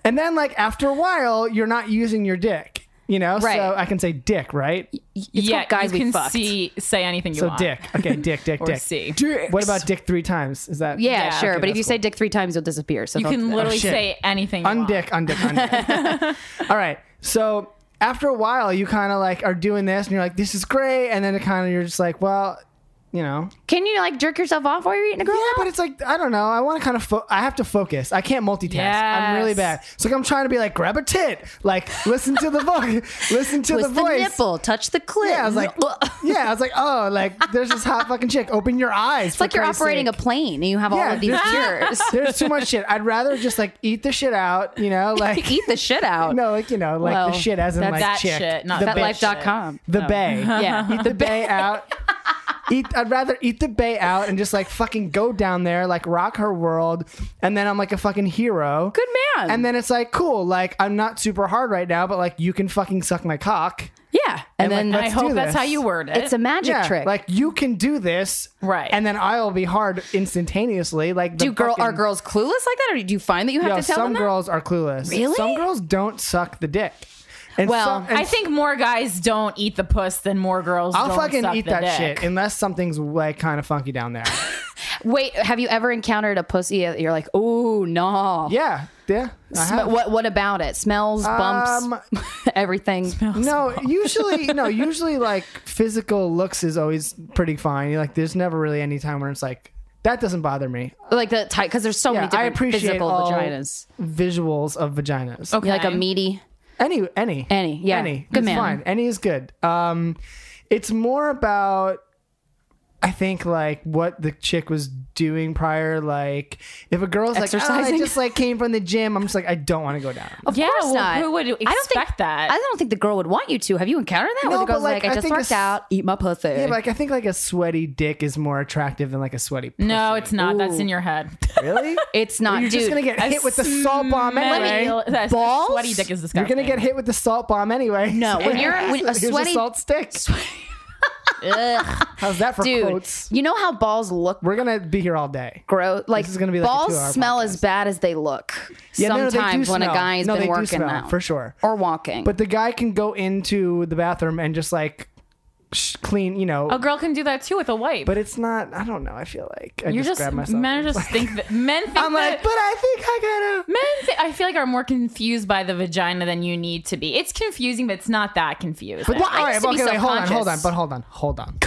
S4: and then like after a while, you're not using your dick. You know,
S2: Right.
S4: so I can say dick, right?
S2: It's
S1: yeah,
S2: called guys
S1: you
S2: we
S1: can
S2: fucked.
S1: see say anything you
S4: So
S1: want.
S4: dick. Okay, dick, dick,
S1: Or
S4: dick.
S1: C.
S4: What about dick three times? Is that
S2: Yeah,
S1: Yeah,
S2: sure.
S1: okay,
S2: but if
S4: that's
S2: you say
S4: cool.
S2: dick three times, you'll disappear. So
S1: You
S2: don't do
S1: can
S2: that.
S1: literally
S4: Oh, shit.
S1: say anything. You want.
S4: undick, undick, undick. All right. So after a while, you kind of like are doing this, and you're like, "This is great," and then it kind of you're just like, "Well, you know."
S2: Can you like jerk yourself off while you're eating a girl?
S4: Yeah,
S2: out?
S4: but it's like I don't know. I want to kind of. Fo- I have to focus. I can't multitask. I'm really
S1: Yes.
S4: bad. It's like I'm trying to be like, grab a tit, like listen to the voice, listen to
S2: Twist
S4: the
S2: the,
S4: voice.
S2: nipple, touch the clit.
S4: Yeah, I was like, yeah, I was like, oh, like there's this hot fucking chick. Open your eyes.
S2: it's like you're operating a plane and you have all
S4: Yeah,
S2: of these
S4: there's-
S2: cures.
S4: There's too much shit. I'd rather just like eat the shit out. You know, like
S2: Eat the shit out.
S4: No, like you know, like
S2: Well,
S4: the shit as in
S2: that's
S4: like
S1: that
S4: chick,
S1: shit, not
S4: the Uh-huh.
S1: that
S2: Oh.
S4: bitch.
S1: life
S2: FetLife.com.
S4: the bay,
S2: Yeah.
S4: Eat the bay out. eat I'd rather eat the bay out and just like fucking go down there, like rock her world, and then I'm like a fucking hero.
S2: Good man.
S4: And then it's like cool, like I'm not super hard right now, but like you can fucking suck my cock.
S2: yeah. And,
S4: like,
S2: then
S4: let's
S1: I hope
S4: do
S1: that's
S4: this.
S1: how you word it.
S2: it's a magic trick.
S4: Like you can do this.
S1: Right.
S4: And then I'll be hard instantaneously. Like the
S2: do girl
S4: fucking-
S2: are girls clueless like that, or do you find that you have
S4: Yo,
S2: to tell
S4: some
S2: them? that?
S4: girls are clueless.
S2: Really?
S4: Some girls don't suck the dick. And
S2: Well,
S4: some- and
S1: I think more guys don't eat the puss than more girls.
S4: I'll
S1: don't
S4: fucking
S1: suck
S4: eat
S1: the
S4: that
S1: dick.
S4: shit unless something's like kind of funky down there.
S2: Wait, have you ever encountered a pussy that you're like, oh no?
S4: yeah. Yeah. I
S2: Sm-
S4: have. Um,
S2: what what about it? Smells, bumps, everything.
S4: No, usually no, usually like physical looks is always pretty fine. Like there's never really any time where it's like that doesn't bother me.
S2: Like the type because there's so
S4: Yeah,
S2: many
S4: I
S2: different
S4: appreciate
S2: physical
S4: all
S2: vaginas.
S4: visuals of vaginas.
S1: Okay.
S2: Like a meaty.
S4: Any, any,
S2: Oh. Any, yeah.
S4: any.
S2: Good
S4: it's
S2: man.
S4: Fine. Any is good. Um, it's more about, I think, like what the chick was doing prior. Like, if a girl's like, "Oh, I
S2: Exercising?
S4: just like came from the gym, I'm just like, I don't want to go down.
S2: Of
S1: Yeah,
S2: course
S1: well,
S2: not.
S1: who would
S2: I don't think,
S1: expect that?
S2: I don't think the girl would want you to. Have you encountered that?
S4: No,
S2: Where the
S4: but,
S2: girl's like,
S4: like, I
S2: I just
S4: think a
S2: worked
S4: s-
S2: out, eat my pussy.
S4: Yeah, but, like I think like a sweaty dick is more attractive than like a sweaty. Pussy.
S1: No, it's not. That's in your head.
S4: really.
S2: it's not,
S4: You're
S2: dude.
S4: just gonna get hit with the salt bomb
S1: Let
S4: anyway.
S1: me- that's-
S2: balls?
S1: Sweaty dick is disgusting.
S4: You're gonna get hit with the salt bomb anyway.
S2: No, when you're- when a
S4: Here's
S2: sweaty-
S4: salt stick. How's that for
S2: dude.
S4: quotes?
S2: You know how balls look
S4: We're gonna be here all day.
S2: gross? Like
S4: is gonna be like a
S2: balls
S4: two-hour
S2: smell as bad as they look.
S4: Yeah, no, no, they do
S2: sometimes when
S4: smell.
S2: a guy's
S4: No, they
S2: been
S4: do
S2: working
S4: smell,
S2: out
S4: for sure.
S2: or walking.
S4: But the guy can go into the bathroom and just like sh- clean, you know.
S1: A girl can do that too with a wipe.
S4: but it's not. I don't know. I feel like I
S1: you're just,
S4: just, grab myself.
S1: men
S4: and
S1: just
S4: like-
S1: think that men think
S4: I'm
S1: that,
S4: like, but I think I gotta.
S1: men. thi- I feel like are more confused by the vagina than you need to be. It's confusing, but it's not that confusing.
S4: But
S2: I used to be
S4: wait, hold on, hold on,
S2: self-conscious.
S4: but hold on, hold on.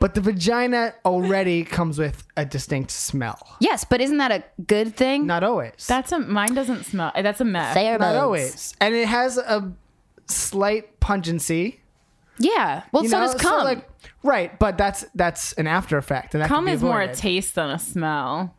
S4: but the vagina already comes with a distinct smell.
S2: yes, but isn't that a good thing?
S4: Not always.
S1: that's a mine doesn't smell. That's a mess.
S4: not
S2: Pheromones.
S4: always, and it has a slight pungency.
S2: Yeah. Well,
S4: You
S2: so
S4: know?
S2: does cum.
S4: like, right, but that's that's an after effect, and that
S1: Cum
S4: can be
S1: is more a
S4: avoided.
S1: taste than a smell.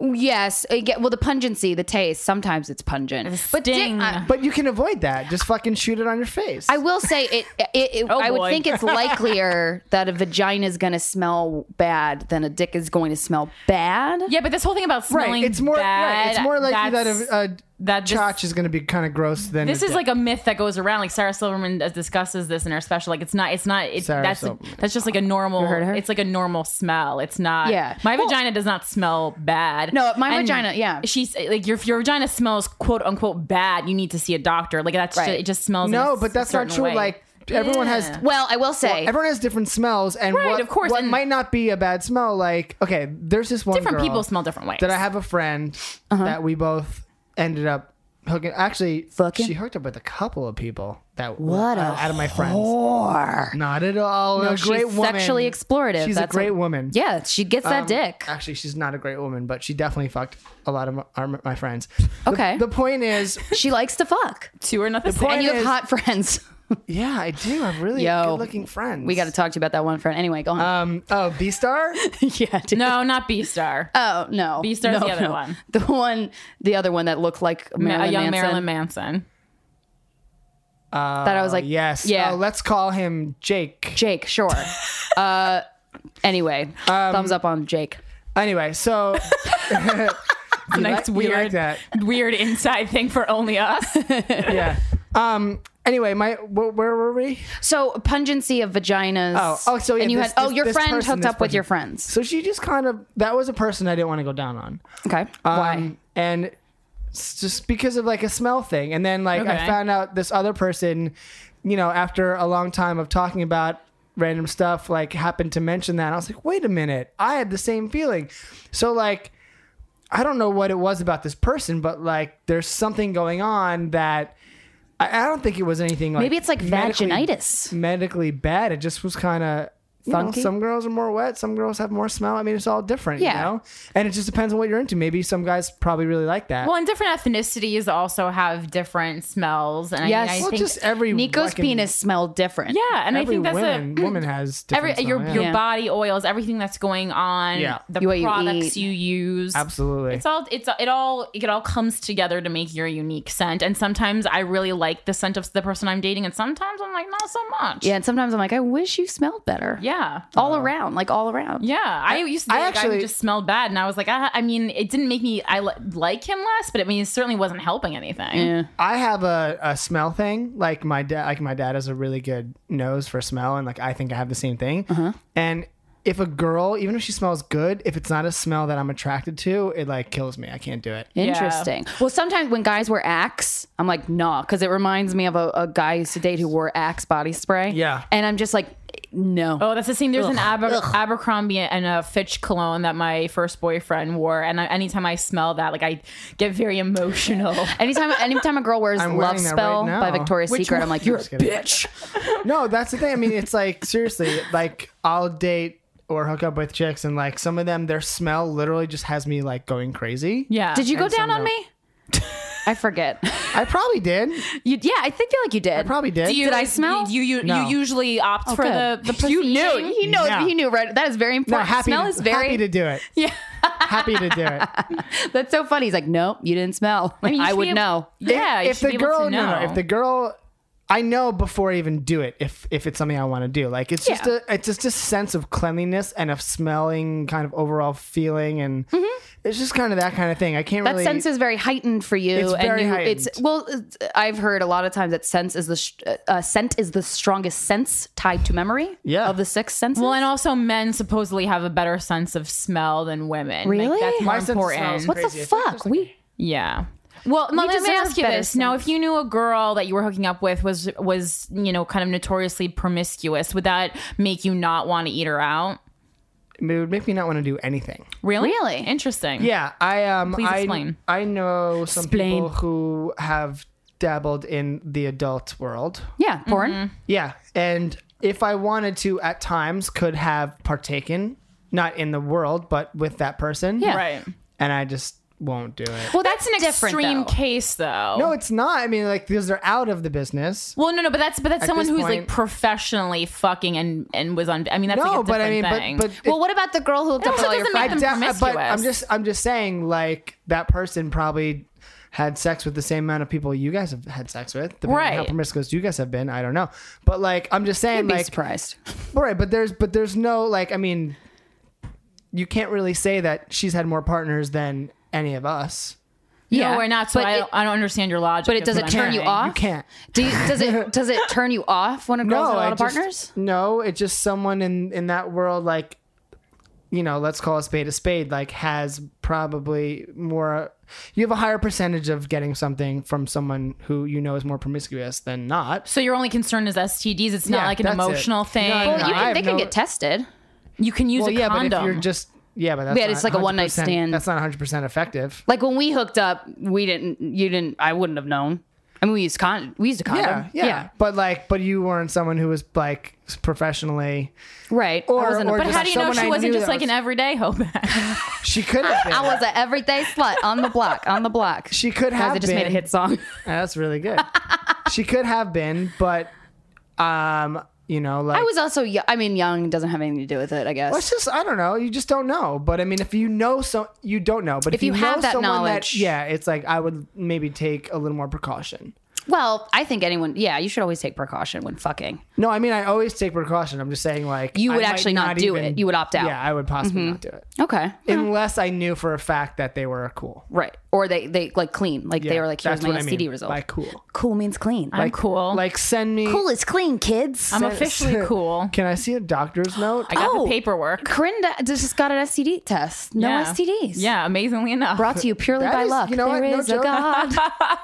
S2: yes. I get- well, the pungency, the taste. Sometimes it's pungent. But dick-
S1: sting.
S2: I-
S4: But you can avoid that. Just fucking shoot it on your face.
S2: I will say it. it, it I would
S1: Oh, boy.
S2: think it's likelier that a vagina is going to smell bad than a dick is going to smell bad.
S1: Yeah, but this whole thing about smelling
S4: right. It's more.
S1: bad,
S4: right, it's more likely that uh,
S1: that's-
S4: a, a
S1: that this-
S4: chotch is going to be kind of gross than
S1: this
S4: a
S1: is
S4: dick.
S1: like a myth that goes around. Like Sarah Silverman does- discusses this in her special. Like it's not. It's not. It,
S4: Sarah
S1: that's
S4: Silverman.
S1: that's just like a normal.
S2: heard of her?
S1: It's like a normal smell. It's not.
S2: Yeah.
S1: My
S2: Well-
S1: vagina does not smell bad.
S2: No, my vagina- yeah.
S1: She's like your if your vagina smells quote unquote bad. You need to see a doctor. Like that's
S2: Right.
S1: just, it. Just smells. in a
S4: no,
S1: s-
S4: but that's not
S1: certain
S4: true.
S1: way.
S4: Like everyone has
S1: Yeah.
S2: Well, I will say.
S4: everyone has different smells, and
S1: Right,
S4: what,
S1: of course,
S4: what
S1: and-
S4: might not be a bad smell. Like okay, there's this one
S1: different
S4: girl
S1: people smell different ways.
S4: That I have a friend
S2: Uh-huh.
S4: that we both ended up hooking. Actually,
S2: Fucking?
S4: she hooked up with a couple of people that
S2: What
S4: were
S2: a
S4: out of my friends. Not at all. a
S2: she's
S4: great woman.
S2: sexually explorative.
S4: She's
S2: That's
S4: a great
S2: what-
S4: woman.
S2: yeah, she gets
S1: Um,
S2: that dick.
S4: Actually, she's not a great woman, but she definitely fucked a lot of my, our, my friends. The-
S2: Okay.
S4: The, point is,
S2: She likes to fuck.
S1: two or nothing.
S4: point
S2: And you have
S4: is-
S2: hot friends.
S4: yeah, I do. I have really
S2: Yo,
S4: good-looking friends.
S2: We got to talk to you about that one friend. Anyway, go on.
S4: Um. Oh, B Star.
S2: yeah, dude.
S1: Uh, No, not B star.
S2: Oh no,
S1: Beastar's
S2: no,
S1: the other one.
S2: The one, the other one that looked like Marilyn
S1: a young
S2: Manson.
S1: Marilyn Manson.
S2: That I was like,
S4: yes.
S2: yeah,
S4: Oh, let's call him Jake.
S2: Jake, sure. uh, anyway,
S1: Um,
S2: thumbs up on Jake.
S4: Anyway, so. You
S1: Nice
S4: like- you
S1: weird,
S4: like that.
S1: weird inside thing for only us.
S4: Yeah. Um. Anyway, my wh- where were we?
S2: So pungency of vaginas.
S4: Oh, oh, so yeah,
S2: and you
S4: this-
S2: had oh
S4: this-
S2: your
S4: this
S2: friend
S4: person,
S2: hooked
S4: this
S2: up with
S4: person.
S2: your friends.
S4: So she just kind of that was a person I didn't want to go down on.
S2: Okay,
S4: Um,
S2: why?
S4: And it's just because of like a smell thing. And then like I
S1: Okay.
S4: found out this other person, you know, after a long time of talking about random stuff, like happened to mention that. And I was like, wait a minute, I had the same feeling. So like I don't know what it was about this person, but like there's something going on that I, I don't think it was anything like
S2: Maybe it's like
S4: medically-
S2: vaginitis.
S4: medically bad. It just was kind of
S2: Funky?
S4: some girls are more wet, some girls have more smell. I mean, it's all different,
S2: Yeah.
S4: you know. And it just depends on what you're into. Maybe some guys probably really like that.
S1: Well, and different ethnicities also have different smells, and
S2: Yes.
S1: I, mean, I
S4: Well,
S1: think
S4: just every
S2: Nico's
S4: fucking-
S2: penis smelled different.
S1: yeah, and I
S4: every
S1: think that's
S4: woman
S1: a
S4: woman has different
S1: every
S4: smell,
S1: your
S4: yeah.
S1: your
S2: Yeah.
S1: body oils, everything that's going on,
S4: Yeah.
S1: the
S2: You- what you
S1: products
S2: eat.
S1: you, use,
S4: absolutely.
S1: It's all it's it all it all comes together to make your unique scent. And sometimes I really like the scent of the person I'm dating, and sometimes I'm like not so much.
S2: yeah. And sometimes I'm like, I wish you smelled better.
S1: Yeah, Yeah.
S2: all around, like all around.
S1: Yeah, I, used to be
S4: I
S1: I actually,
S4: actually-
S1: just smelled bad, and I was like, ah, I mean, it didn't make me I li- like him less, but I mean, it certainly wasn't helping anything.
S4: I have a, a smell thing. Like my dad, like my dad has a really good nose for smell, and like I think I have the same thing.
S1: Uh-huh.
S4: And if a girl, even if she smells good, if it's not a smell that I'm attracted to, it like kills me. I can't do it.
S2: Interesting. Well, sometimes when guys wear Axe, I'm like, nah, because it reminds me of a, a guy I used to date who wore Axe body spray.
S4: Yeah.
S2: And I'm just like, no.
S1: Oh, that's the same. There's an Aber- Abercrombie and a Fitch cologne that my first boyfriend wore, and I, anytime I smell that, like I get very emotional.
S2: Anytime, anytime a girl wears
S4: I'm
S2: Love
S4: wearing that
S2: Spell
S4: right now.
S2: by Victoria's
S1: Which
S2: Secret, I'm like, you're a
S4: kidding.
S2: bitch.
S4: No, that's the thing. I mean, it's like seriously, like I'll date or hook up with chicks, and like some of them, their smell literally just has me like going crazy.
S1: yeah.
S2: Did you go
S4: And so
S2: down on
S4: no.
S2: me? I forget.
S4: I probably did.
S2: You, yeah, I think feel like you did.
S4: Probably did.
S1: Do you,
S2: Did I smell? Oh,
S1: You you,
S4: No.
S1: you usually opt for the the pussy
S2: you knew.
S1: eating?
S2: He knows.
S4: Yeah.
S2: He knew. Right. That is very
S4: no,
S2: important.
S4: happy.
S2: smell
S4: to,
S2: is very.
S4: happy to do it. Yeah, happy to do it.
S2: That's so funny. He's like, nope, you didn't smell.
S1: mean, you
S2: I
S1: should
S2: would
S1: be able-
S2: know.
S1: Yeah. you
S4: if
S1: should
S4: the
S1: be able to
S4: girl no,
S1: know.
S4: no if the girl i know before i even do it if if it's something i want to do like it's just
S2: Yeah.
S4: a it's just a sense of cleanliness and of smelling kind of overall feeling and it's just kind of that kind of thing i can't
S2: That
S4: really
S2: sense is very heightened for you.
S4: It's very
S2: you,
S4: heightened.
S2: It's well, it's- I've heard a lot of times that sense is the sh- uh, uh, scent is the strongest sense tied to memory.
S4: Yeah.
S2: of the six senses.
S1: well, and also men supposedly have a better sense of smell than women. Like,
S2: Really?
S1: that's
S2: My
S1: more
S4: sense of smell is
S1: important.
S2: what the
S4: Crazy. I think
S2: fuck?
S4: there's like
S2: we
S1: Yeah. Well, let me, let me
S2: deserve
S1: ask you
S2: better
S1: this. Now, if you knew a girl that you were hooking up with was was you know kind of notoriously promiscuous, would that make you not want to eat her out?
S4: it would make me not want to do anything
S1: Really?
S2: Really?
S1: Interesting.
S4: yeah i um
S1: Please
S4: I,
S1: explain.
S4: I know some
S2: Explain.
S4: people who have dabbled in the adult world
S2: yeah porn.
S4: Yeah, and if I wanted to, at times could have partaken, not in the world, but with that person.
S2: Yeah.
S1: Right.
S4: and I just won't do it.
S2: Well,
S1: That's, an
S2: different,
S1: extreme
S2: though.
S1: case, though.
S4: No, it's not. I mean, like, because they're out of the business.
S1: Well, no, no, but that's but that's someone
S4: this
S1: who's
S4: point-
S1: like professionally fucking and and was on. I mean, that's like
S4: no,
S1: a
S4: but I
S1: different
S4: mean,
S1: thing.
S4: but but
S2: Well, what about the girl who hooked up with
S1: also
S2: all your
S1: doesn't
S2: friends?
S1: make them
S4: def- but I'm
S1: promiscuous.
S4: just I'm just saying, like, that person probably had sex with the same amount of people you guys have had sex with. Depending on How
S1: Right.
S4: promiscuous you guys have been, I don't know. But like, I'm just saying,
S2: I'd be
S4: like,
S2: surprised.
S4: all right, but there's but there's no like, I mean, you can't really say that she's had more partners than any of us.
S1: no, we're not. So
S2: but
S1: I,
S2: it,
S1: I don't understand your logic.
S2: but it
S1: is
S2: does
S1: what
S2: it
S1: I'm
S2: turn you
S1: hearing.
S2: off?
S4: You can't.
S2: Do you, does it does it turn you off when a girl's got a lot
S4: I
S2: of
S4: just-
S2: partners?
S4: No, it's just someone in in that world, like you know, let's call a spade a spade. Like has probably more. You have a higher percentage of getting something from someone who you know is more promiscuous than not.
S1: So your only concern is STDs. It's not
S4: Yeah,
S1: like an
S4: that's it.
S1: emotional
S4: No,
S1: thing.
S4: no,
S2: Well,
S4: no.
S2: you can,
S4: I
S2: they
S4: have
S2: can
S4: no-
S2: get tested.
S1: you can use
S4: Well,
S1: a
S4: yeah,
S1: condom.
S4: but if you're just yeah, but that's
S2: Yeah,
S4: not
S2: it's like a one-night
S4: 100%
S2: stand.
S4: That's not 100 percent effective.
S2: Like when we hooked up, we didn't. You didn't. I wouldn't have known. I mean, we used con. We used a condom.
S4: Yeah, yeah, but like, but you weren't someone who was like professionally.
S2: Right.
S4: Or-
S2: I wasn't a
S4: or
S1: but
S4: just
S1: how do you know
S4: someone
S1: she
S4: I
S1: wasn't
S4: knew
S1: just
S4: that
S1: like
S4: was-
S1: an everyday hoback?
S4: She could have. Been.
S2: I was an everyday slut on the block. On the block.
S4: She could
S2: Guys,
S4: have
S2: I just
S4: been.
S2: made a hit song.
S4: That's really good. she could have been, but um, you know, like
S2: I was also. yo- I mean, young doesn't have anything to do with it. I guess.
S4: Well, it's just I don't know. You just don't know. But I mean, if you know so, you don't know. But if,
S2: you have
S4: know
S2: that
S4: someone
S2: knowledge-
S4: that, yeah, it's like I would maybe take a little more precaution.
S2: well, I think anyone. Yeah, you should always take precaution when fucking.
S4: No, I mean I always take precaution. I'm just saying, like
S2: You
S4: I
S2: would
S4: might
S2: actually not do it. You would opt out. Mm-hmm.
S4: Yeah, I would possibly not do it
S2: Okay.
S4: unless I knew for a fact that they were cool.
S2: Right. Or they they like clean. Like they were like, here's
S4: that's
S2: my
S4: what I mean
S2: STD result.
S4: By cool,
S2: cool means clean.
S1: I'm cool.
S4: like send me.
S2: cool is clean, kids.
S1: I'm officially cool.
S4: Can I see a doctor's note?
S1: I got
S2: Oh.
S1: the paperwork.
S2: Corinne da- just got an STD test. No
S1: yeah.
S2: STDs.
S1: Yeah, amazingly enough.
S2: Brought to you purely
S4: That
S2: by
S4: is-
S2: luck.
S4: you know
S2: There
S4: what? No
S2: is a
S4: joke.
S2: God.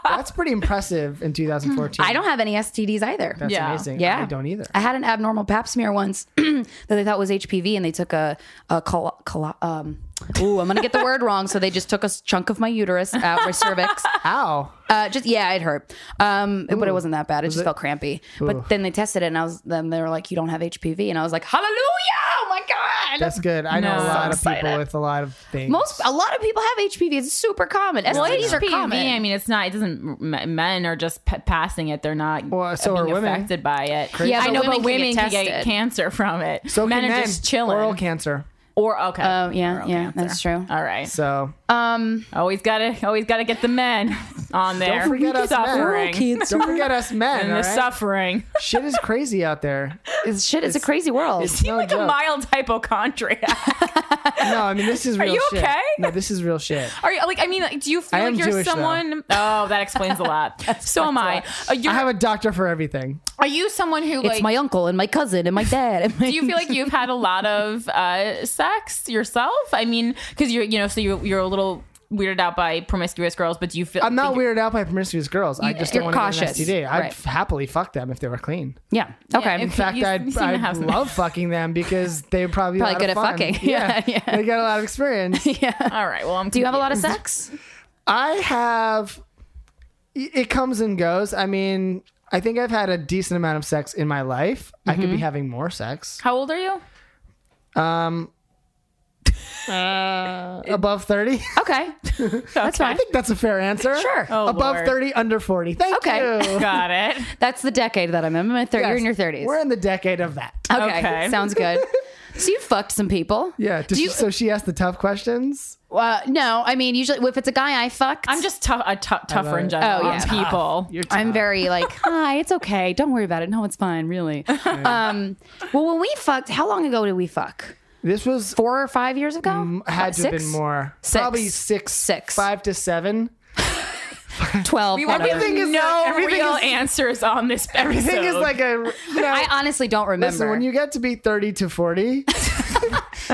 S4: That's pretty impressive in 2014.
S2: I don't have any STDs either.
S4: That's
S1: Yeah.
S4: amazing.
S2: Yeah.
S4: I don't either.
S2: I had an abnormal pap smear once that they thought was HPV, and they took a, a col- col- um, ooh, I'm gonna get the word wrong. So they just took a s- chunk of my uterus out, my cervix.
S4: Ow.
S2: Uh, just yeah, it hurt, um, but it wasn't that bad. It just
S4: it-
S2: felt crampy. But then they tested it, and I was then they were like, "You don't have HPV," and I was like, "Hallelujah! Oh my god!"
S4: That's good. I know
S1: No.
S4: a lot
S1: So
S4: of people with a lot of things.
S2: Most a lot of people have HPV. It's super common. STDs are
S1: HPV,
S2: common.
S1: I mean, it's not. It doesn't. m- Men are just p- passing it. They're not
S4: Well, so
S1: being
S4: are women.
S1: affected by it.
S2: Yeah,
S1: I
S2: but
S1: know, but
S2: women can get
S1: women can get
S2: tested.
S1: cancer from it.
S4: so
S1: men
S4: can
S1: are just chilling.
S4: Oral cancer.
S1: Or okay.
S2: Oh, yeah,
S1: Okay,
S2: yeah, that's true.
S1: All right.
S4: So
S2: Um,
S1: Always gotta always gotta get the men on there.
S4: forget us men.
S1: suffering.
S4: don't forget us men.
S1: and
S4: all
S1: the
S4: right?
S1: suffering.
S4: Shit is crazy out there.
S2: it's, shit, it's, a crazy world.
S4: It's
S1: Seem
S4: no
S1: like a
S4: joke.
S1: mild hypochondriac.
S4: No, I mean this is real
S1: you
S4: shit.
S1: okay?
S4: No, this is real shit.
S1: Are you like? I mean, like, do you feel
S4: I
S1: like
S4: am
S1: you're
S4: Jewish, though.
S1: someone? Oh, that explains a lot. so am I. Uh, you're,
S4: I have a doctor for everything.
S1: are you someone who
S2: It's
S1: like?
S2: my uncle and my cousin and my dad. And my,
S1: do you feel like you've had a lot of uh, sex yourself? I mean, because you're you know, so you're you're a little weirded out by promiscuous girls, but do you feel?
S4: I'm not
S1: think-
S4: weirded out by promiscuous girls. I just don't
S2: you're
S4: want to
S2: cautious.
S4: get an STD. I'd
S2: Right.
S4: happily fuck them if they were clean.
S2: yeah. Okay.
S4: In
S1: if-
S4: fact,
S1: You
S4: I'd,
S1: seem to
S4: I'd
S1: have some-
S4: love fucking them because they would probably be a
S2: Probably
S4: lot
S2: good
S4: of
S2: at
S4: fun.
S2: fucking. Yeah, yeah.
S4: They got a lot of experience.
S1: All right. Well, I'm.
S2: do you have a lot of sex?
S4: I have. It comes and goes. I mean, I think I've had a decent amount of sex in my life. I
S2: Mm-hmm.
S4: could be having more sex.
S1: How old are you?
S4: Um, uh, above thirty.
S2: Okay. That's fine.
S4: I think that's a fair answer.
S2: Sure.
S1: Oh,
S4: above
S1: Lord.
S4: thirty, under forty. Thank
S2: Okay.
S4: you.
S1: Got it.
S2: That's the decade that I'm in. I'm in my thir- You're in your 30s.
S4: We're in the decade of that.
S2: okay.
S1: Okay.
S2: Sounds good. So you fucked some people.
S4: Yeah.
S2: Do
S4: does she-
S2: you,
S4: so she asked the tough questions.
S2: uh, no, I mean, usually if it's a guy I fucked,
S1: I'm just tough, a tou- tougher in general.
S2: Oh,
S1: on
S2: yeah.
S1: people.
S2: I'm very like, hi, it's okay. Don't worry about it. No, it's fine, really. Um, well, when we fucked, how long ago did we fuck?
S4: This was mm,
S2: Four or five years ago?
S4: had to have
S2: Six?
S4: been more.
S2: Six.
S4: Probably six,
S2: Six.
S4: five to seven.
S2: Twelve.
S1: We want
S4: Everything is
S1: no
S4: like- everything
S1: Oh, real
S4: is-
S1: answers on this.
S4: Everything is
S1: episode.
S4: like a. You know,
S2: I honestly don't remember.
S4: listen, when you get to be thirty to forty,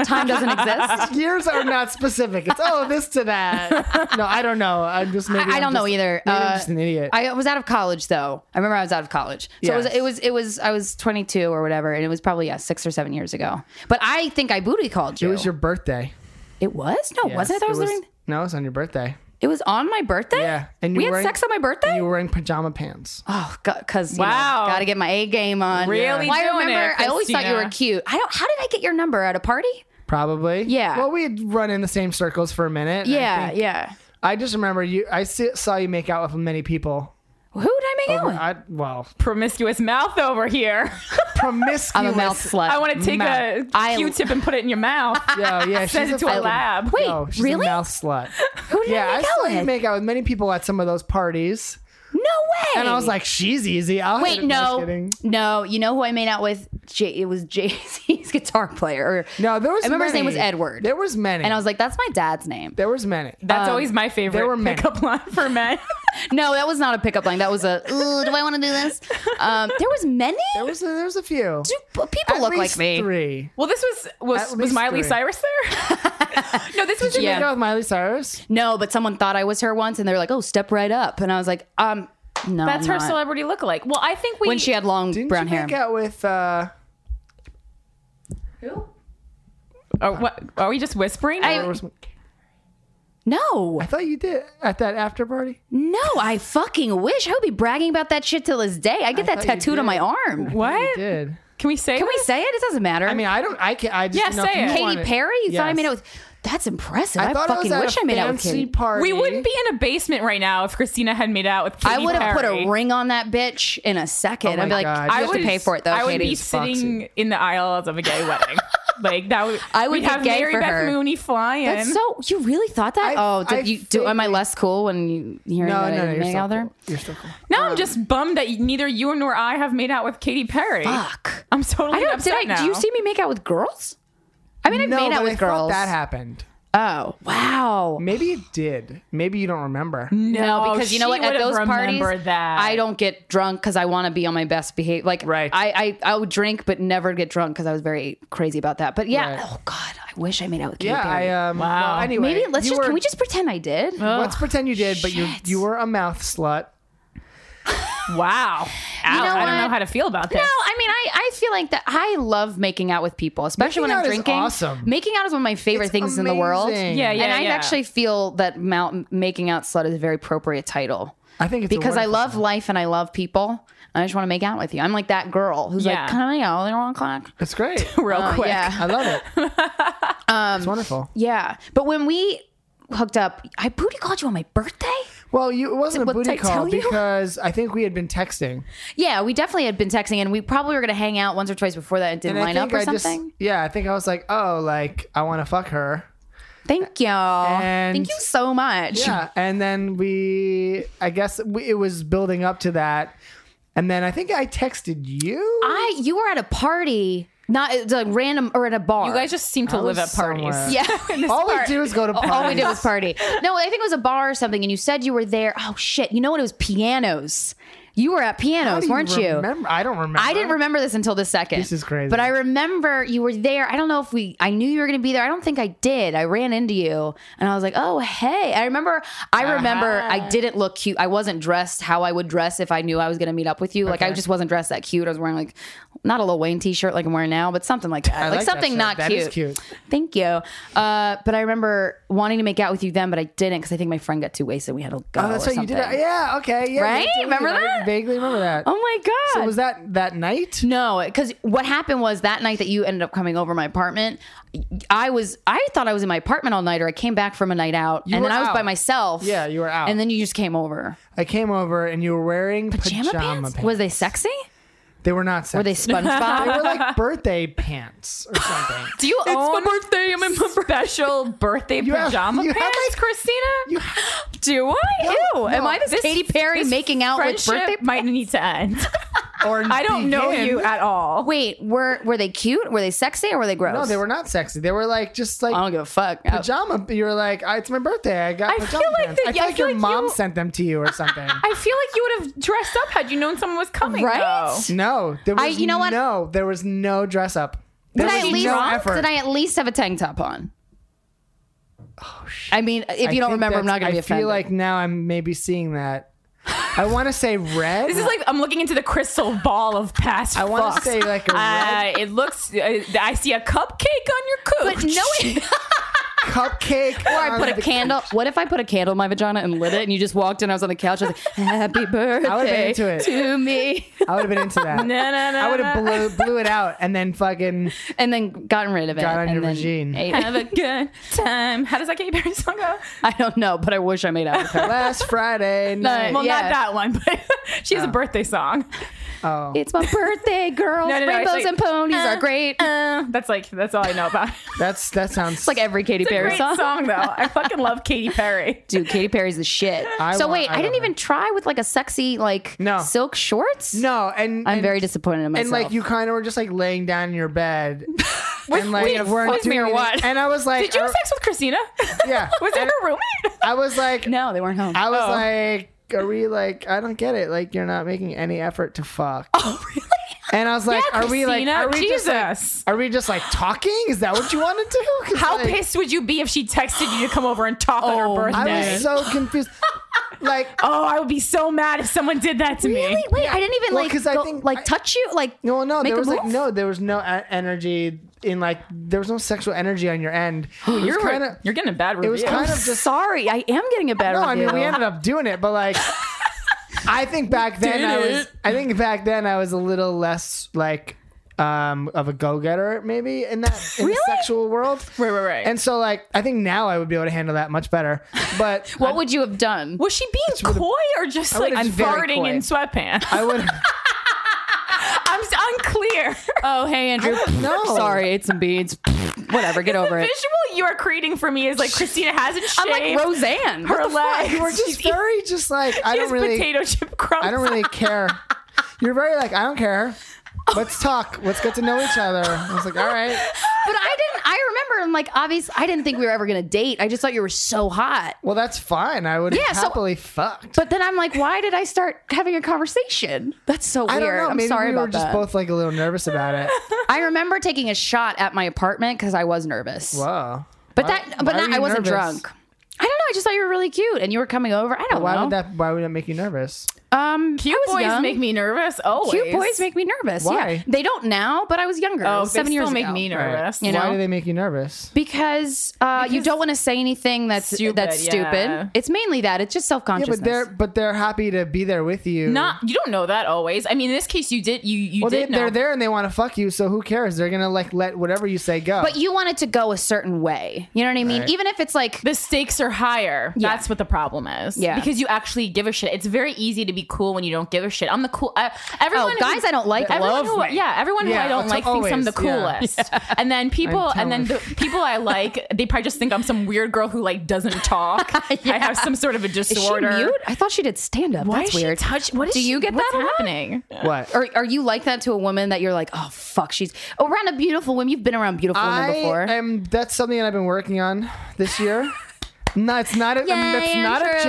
S2: Time doesn't exist.
S4: years are not specific. It's oh this to that. No, I don't know. I'm just maybe
S2: I, I
S4: I'm
S2: don't know
S4: just-
S2: either.
S4: Maybe
S2: Uh,
S4: I'm just an idiot.
S2: I was out of college though. I remember I was out of college, so
S4: Yes.
S2: it, was, it was it was I was 22 or whatever, and it was probably yeah six or seven years ago. But I think I booty called you.
S4: it was your birthday.
S2: It was no,
S4: Yes,
S2: wasn't it? That was, during.
S4: No, it was on your birthday.
S2: It was on my birthday.
S4: Yeah, and you
S2: we had
S4: wearing-
S2: sex on my birthday.
S4: You were wearing pajama pants.
S2: Oh, because
S1: Wow.
S2: wow, got to get my A game on.
S1: Really
S2: Well, I
S1: doing
S2: remember.
S1: it,
S2: I always thought you were
S1: Christina.
S2: cute. I don't. How did I get your number at a party?
S4: Probably.
S2: Yeah.
S4: Well, we had run in the same circles for a minute. and I
S2: yeah,
S4: think-
S2: yeah.
S4: I just remember you. I see, saw you make out with many people.
S2: Who did I make out with?
S4: Oh, I, well,
S1: promiscuous mouth over here.
S4: promiscuous.
S2: I'm a mouth slut.
S1: I want to take a
S4: Mouth.
S2: I-
S1: Q-tip and put it in your mouth.
S4: Yo, yeah, she's
S1: Send it to a
S4: fucking-
S1: lab.
S2: Wait,
S4: yo, she's
S2: really?
S4: a mouth slut.
S2: Who did
S4: yeah,
S2: I
S4: I
S2: make
S4: saw
S2: out
S4: you
S2: with?
S4: make out with many people at some of those parties,
S2: no way.
S4: and I was like, "She's easy." I'll hit
S2: Wait,
S4: it. Just
S2: no,
S4: kidding.
S2: no. You know who I made out with? Jay, it was Jay Z's guitar player. Or,
S4: no, there was.
S2: I remember his
S4: many.
S2: name was Edward.
S4: There was many,
S2: and I was like, that's my dad's name.
S4: there was many.
S1: That's always my favorite
S4: there were men.
S1: pickup line for men.
S2: No, that was not a pickup line. That was a. Ooh, do I want to do this? Um, there was many.
S4: There was a, there was a few.
S2: Do people
S4: At
S2: look like
S4: least
S2: me?
S4: Three.
S1: well, this was was,
S4: At
S1: was
S4: least
S1: Miley
S4: three.
S1: Cyrus there? no, this was
S4: Did you
S2: Yeah.
S4: make out with Miley Cyrus?
S2: No, but someone thought I was her once, and they were like, "Oh, step right up," and I was like, "Um, no,
S1: that's
S2: I'm
S1: her
S2: not.
S1: celebrity lookalike. Well, I think we
S2: When she had long
S4: Didn't
S2: brown
S4: you
S2: hair.
S4: make out with? Uh,
S1: Are, oh, what, are we just whispering?
S2: I-
S4: there was-
S2: No,
S4: I thought you did at that after party.
S2: no, I fucking wish I would be bragging about that shit till this day. I get that
S4: thought you
S2: tattooed on my
S4: did.
S2: arm.
S4: You
S1: what
S4: did.
S1: can we say?
S2: Can we
S1: this?
S2: say it? It doesn't matter.
S4: I mean, I don't. I can. I just.
S1: Yeah,
S4: didn't know if
S1: say
S4: you
S1: it.
S2: Katy
S4: wanted-
S2: Perry You thought I
S4: Yes.
S2: made out with. That's impressive. I,
S4: I thought
S2: fucking
S4: it was
S2: wish
S4: at a
S2: I made out with
S4: fancy
S2: Katy.
S4: party.
S1: We wouldn't be in a basement right now if Christina had made out with. Katy
S2: I would have put
S1: Perry.
S2: a ring on that bitch in a second.
S4: Oh
S2: I'd be
S4: my
S2: like, I
S4: God. I
S2: have to
S1: would-
S2: pay for it though.
S1: I would
S2: Katie.
S1: be
S4: foxy.
S1: sitting in the aisles of a gay wedding. like that would.
S2: I would
S1: we'd
S2: get
S1: have
S2: gay
S1: Mary
S2: for
S1: Beth
S2: her.
S1: Mooney flying.
S2: That's so. You really thought that?
S4: I-
S2: oh, did
S4: I
S2: you do? Am I
S4: think-
S2: less cool when you hearing
S4: No,
S2: that I
S4: no, no.
S2: didn't
S4: You're
S2: make
S4: still
S2: out there?
S4: cool. You're still cool.
S1: now I'm just bummed that neither you nor I have made out with Katy Perry.
S2: Fuck.
S1: I'm totally
S2: I don't.
S1: upset
S2: Did I?
S1: now.
S2: Do you see me make out with girls? I mean, I
S4: no,
S2: made out
S4: but
S2: with
S4: I thought
S2: girls.
S4: that happened.
S2: oh wow.
S4: Maybe it did. Maybe you don't remember.
S1: No,
S2: No, because Mm, you know
S1: she
S2: what? At
S1: would've
S2: those parties,
S1: remembered that.
S2: I don't get drunk because I want to be on my best behavior. Like,
S4: Right.
S2: I, I I would drink, but never get drunk because I was very crazy about that. But yeah,
S4: Right.
S2: oh god, I wish I made out with Katy
S4: Yeah,
S2: Perry.
S4: I um.
S1: Wow.
S4: Well, anyway,
S2: Maybe let's
S4: you
S2: just
S4: were- Oh,
S2: can we just pretend I did?
S4: let's pretend you did, but you
S2: shit.
S4: you were a mouth slut.
S1: Wow. Ow,
S2: know
S1: I don't know
S2: what?
S1: how to feel about this.
S2: No, I mean, I, I feel like that. I love making out with people, especially
S4: Making
S2: when I'm
S4: out is
S2: drinking.
S4: awesome.
S2: Making out is one of my favorite
S4: It's
S2: things in the world.
S4: amazing.
S1: Yeah, yeah.
S2: and I
S1: yeah.
S2: actually feel that mount, making out slut is a very appropriate title
S4: I think it's a
S2: because I
S4: wonderful
S2: love
S4: song.
S2: life and I love people. And I just want to make out with you. I'm like that girl who's
S1: Yeah.
S2: like, "Can I go? They're on clock."
S4: It's great.
S1: real
S2: Uh,
S1: quick.
S2: yeah.
S4: I love it.
S2: Um,
S4: it's wonderful.
S2: Yeah, but when we hooked up, I booty called you on my birthday.
S4: Well, you, it wasn't a
S2: What did
S4: booty
S2: I
S4: call
S2: tell you?
S4: because I think we had been texting.
S2: Yeah, we definitely had been texting, and we probably were going to hang out once or twice before that and didn't line
S4: I
S2: up
S4: think
S2: or
S4: I just-
S2: something.
S4: yeah, I think I was like, oh, like I want to fuck her.
S2: Thank y'all.
S4: and-
S2: Thank you so much.
S4: Yeah, and then we, I guess we, it was building up to that, and then I think I texted you.
S2: I you were at a party, not it's like random or at a bar.
S1: You guys just seem to
S4: I
S1: live
S4: was
S1: at parties.
S4: somewhere.
S2: yeah.
S4: All we do is go to parties.
S2: All Oh, we did was party. No, I think it was a bar or something, and you said you were there. Oh shit! You know what? It was pianos. You were at
S4: How
S2: pianos,
S4: do
S2: weren't you?
S4: remember? I don't remember.
S2: I didn't remember this until the second.
S4: This is crazy.
S2: But I remember you were there. I don't know if we. I knew you were going to be there. I don't think I did. I ran into you, and I was like, "Oh, hey!" I remember.
S4: Uh-huh.
S2: I remember. I didn't look cute. I wasn't dressed how I would dress if I knew I was going to meet up with you. Like I just wasn't dressed that cute. I was wearing like not a Lil Wayne T-shirt like I'm wearing now, but something like that.
S4: I
S2: like,
S4: like that
S2: something
S4: shirt.
S2: not
S4: That
S2: cute.
S4: is cute.
S2: Thank you. Uh, but I remember wanting to make out with you then, but I didn't because I think my friend got too wasted. We had to go.
S4: Oh, that's
S2: or
S4: what you did.
S2: something.
S4: it. Yeah. Okay. Yeah. you
S2: Right?
S4: told me
S2: Remember
S4: I
S2: that?
S4: vaguely remember that.
S2: Oh my god!
S4: So was that that night?
S2: No, because what happened was that night that you ended up coming over my apartment, I was I thought I was in my apartment all night, or I came back from a night out, and
S4: were
S2: then I was
S4: out.
S2: by myself.
S4: Yeah, you were out.
S2: and then you just came over.
S4: I came over and you were wearing
S2: Pajama,
S4: pajama,
S2: pants? Was they sexy?
S4: They were not. Sexy.
S2: Were they
S4: They
S2: SpongeBob?
S4: were like birthday pants or something.
S1: Do you own
S2: my
S1: birthday? I'm in my special birthday
S4: You have-
S1: pajama
S4: you have,
S1: pants,
S4: like-
S1: Christina.
S4: you have-
S1: Do I?
S4: No,
S1: Ew. Am
S4: no.
S1: I this,
S2: This- Katy Perry making out with
S1: friendship
S2: birthday
S1: Might need to end.
S4: or
S1: I don't know
S4: begin.
S1: you at all.
S2: Wait, were were they cute? Were they sexy or were they gross?
S4: No, they were not sexy. They were like just like
S2: I don't give a fuck.
S4: pajama. You were like, "Ah, it's my birthday. I got
S1: I
S4: pajama
S1: feel like
S4: pants.
S1: that-
S4: I feel
S1: I
S4: like
S1: feel
S4: your
S1: like
S4: mom
S1: you-
S4: sent them to you or something.
S1: I feel like you would have dressed up had you known someone was coming.
S2: Right?
S1: though.
S4: no, there was
S2: I- you know what?
S4: no, there was no dress up. There
S2: did I
S4: was
S2: at least
S4: no effort.
S2: did I at least have a tank top on? I mean, if
S4: Oh, I
S2: you don't
S4: think
S2: remember, I'm
S4: that's-
S2: not going to be
S4: I
S2: offended.
S4: feel like now I'm maybe seeing that. I want to say red.
S1: This is like I'm looking into the crystal ball of past.
S4: I want to
S1: fucks.
S4: say like a red
S1: Uh, it looks. Uh, I see a cupcake on your cooch.
S2: but no,
S4: cupcake. Or
S2: I put a candle. What if I put a candle in my vagina and lit it, and you just walked in? I was on the couch. I was like, "Happy birthday
S4: would've been into it.
S2: to me,"
S4: I would have been into that.
S1: No, no, no,
S4: I would have
S1: no.
S4: blew, blew it out and then fucking.
S2: and then gotten rid of it.
S4: Got on
S2: and
S4: your
S2: then
S4: vagine.
S2: ate it.
S1: Have a good time. How does that Katy Perry song go?
S2: I don't know, but I wish I made out with her.
S4: Last Friday night.
S1: Well,
S2: Yeah.
S1: not that one, but she has a birthday song.
S4: Oh.
S2: It's my birthday, girls.
S1: No, no, no, it's
S2: Rainbows
S1: like,
S2: and ponies are great. It's
S1: Uh, that's like that's all I know about. it.
S4: That's that sounds
S2: like every Katy
S1: It's a
S2: Perry
S1: great song.
S2: song.
S1: though. I fucking love Katy Perry.
S2: Dude, Katy Perry's the shit.
S4: I
S2: so
S4: want-
S2: wait,
S4: I
S2: I,
S4: love
S2: didn't
S4: her.
S2: even try with like a sexy like
S4: No.
S2: silk shorts.
S4: no, and
S2: I'm
S4: and-
S2: very disappointed in myself.
S4: And like you kind of were just like laying down in your bed, and like
S1: wait, fuck me or
S4: anything.
S1: what?
S4: And I was like,
S1: Did you have
S4: I-
S1: sex with Christina?
S4: Yeah.
S1: was that
S4: And
S1: her roommate?
S4: I was like,
S2: no, they weren't home.
S4: I was
S1: Oh.
S4: like, are we like? I don't get it. Like you're not making any effort to fuck.
S1: Oh, really?
S4: And I was like, are we like?
S1: Christina,
S4: Are we
S1: Jesus.
S4: just like? Are we just like talking? Is that what you want to do? 'Cause,
S1: How
S4: like,
S1: pissed would you be if she texted you to come over and talk on
S2: Oh,
S1: her birthday?
S4: I was so confused. like
S1: oh, I would be so mad if someone did that to me.
S2: Really? Wait, I didn't even
S4: Well,
S2: like
S4: 'cause I
S2: go-
S4: think
S2: like
S4: I-
S2: touch you. Like
S4: No, no,
S2: make
S4: there
S2: a
S4: was like
S2: move?
S4: no, there was no e- energy in like there was no sexual energy on your end.
S1: You're
S4: kind of.
S1: you're getting a bad
S4: It
S1: review.
S4: was kind of just.
S2: Sorry, I am getting a bad
S4: No, I
S2: review.
S4: mean we ended up doing it, but like. I think back then I
S1: did
S4: was.
S1: it.
S4: I think back then I was a little less like. Um, of a go-getter, maybe in that in
S2: Really?
S4: the sexual world,
S1: Right, right, right.
S4: And so, like, I think now I would be able to handle that much better. But
S2: What would you have done?
S1: was she being
S4: would've-
S1: coy or just
S4: I
S1: like
S4: would've been very
S1: farting
S4: coy.
S1: in sweatpants?
S4: I would.
S1: I'm s- unclear.
S2: Oh, hey Andrew.
S4: No,
S2: Sorry, ate some beads. Whatever, get
S1: the
S2: over it.
S1: visual you are creating for me is like Christina hasn't
S2: I'm
S1: shaved.
S2: like Roseanne. What
S1: her
S2: the fuck?
S1: legs.
S4: you were
S1: She's
S4: just
S2: e-
S1: eating-
S4: very just like I
S1: she
S4: don't
S1: has
S4: really.
S1: potato chip crumbs.
S4: I don't really care. You're very like, I don't care. Let's talk. Let's get to know each other. I was like, all right.
S2: But I didn't. I remember. I'm like, obviously, I didn't think we were ever gonna date. I just thought you were so hot.
S4: Well, that's fine. I would
S2: Yeah, so-
S4: happily fucked.
S2: But then I'm like, why did I start having a conversation? That's so weird.
S4: I don't know.
S2: I'm
S4: Maybe
S2: sorry
S4: we
S2: about
S4: were just
S2: that.
S4: both like a little nervous about it.
S2: I remember taking a shot at my apartment because I was nervous.
S4: Whoa.
S2: But
S4: Why-
S2: that, but
S4: why
S2: that,
S4: were
S2: I
S4: you
S2: wasn't
S4: nervous?
S2: drunk. I don't know. I just thought you were really cute, and you were coming over. I don't
S4: Why
S2: know.
S4: would that? Why would that make you nervous?
S2: Um,
S1: Cute
S2: I was
S1: boys
S2: young.
S1: make me nervous. Always.
S2: Cute boys make me nervous. Yeah,
S4: Why?
S2: they don't now, but I was younger.
S1: Oh, they
S2: seven years
S1: still make
S2: ago.
S1: me nervous.
S2: You know?
S4: Why do they make you nervous?
S2: Because, uh, you don't want to say anything that's
S1: Stupid,
S2: that's stupid.
S1: yeah.
S2: It's mainly that. It's just self
S4: Yeah,
S2: consciousness.
S4: but they're but they're happy to be there with you.
S1: Not you don't know that always. I mean, in this case, you did. You you
S4: well, they,
S1: did know.
S4: they're there and they want to fuck you, so who cares? They're gonna like let whatever you say go.
S2: But you want it to go a certain way. You know what I mean?
S4: Right.
S2: Even if it's like
S1: The stakes are higher. That's what the problem is.
S2: Yeah.
S1: because you actually give a shit. It's very easy to be cool when you don't give a shit. I'm the cool. I, everyone, who-
S2: Oh, guys I don't like
S1: Everyone
S2: love
S1: who,
S2: me.
S1: yeah, everyone
S4: Yeah,
S1: who I don't
S4: it's
S1: like thinks I'm the
S4: always- yeah.
S1: coolest. And then people,
S4: I'm
S1: and then the people I like, they probably just think I'm some weird girl who like doesn't talk. I have some sort of a
S2: Is she
S1: disorder.
S2: mute? I thought she did stand up.
S1: Why
S2: That's
S1: is she
S2: weird.
S1: touch- what is
S2: Do
S1: she-
S2: you get
S1: what's
S2: that a lot?
S1: happening?
S4: what?
S2: Or are you like that to a woman that you're like, oh fuck, she's around a beautiful woman. You've been around beautiful
S4: I
S2: women before.
S4: am. That's something that I've been working on this year. no, it's not. A,
S2: Yeah,
S4: that's
S2: yeah,
S4: not a
S2: true.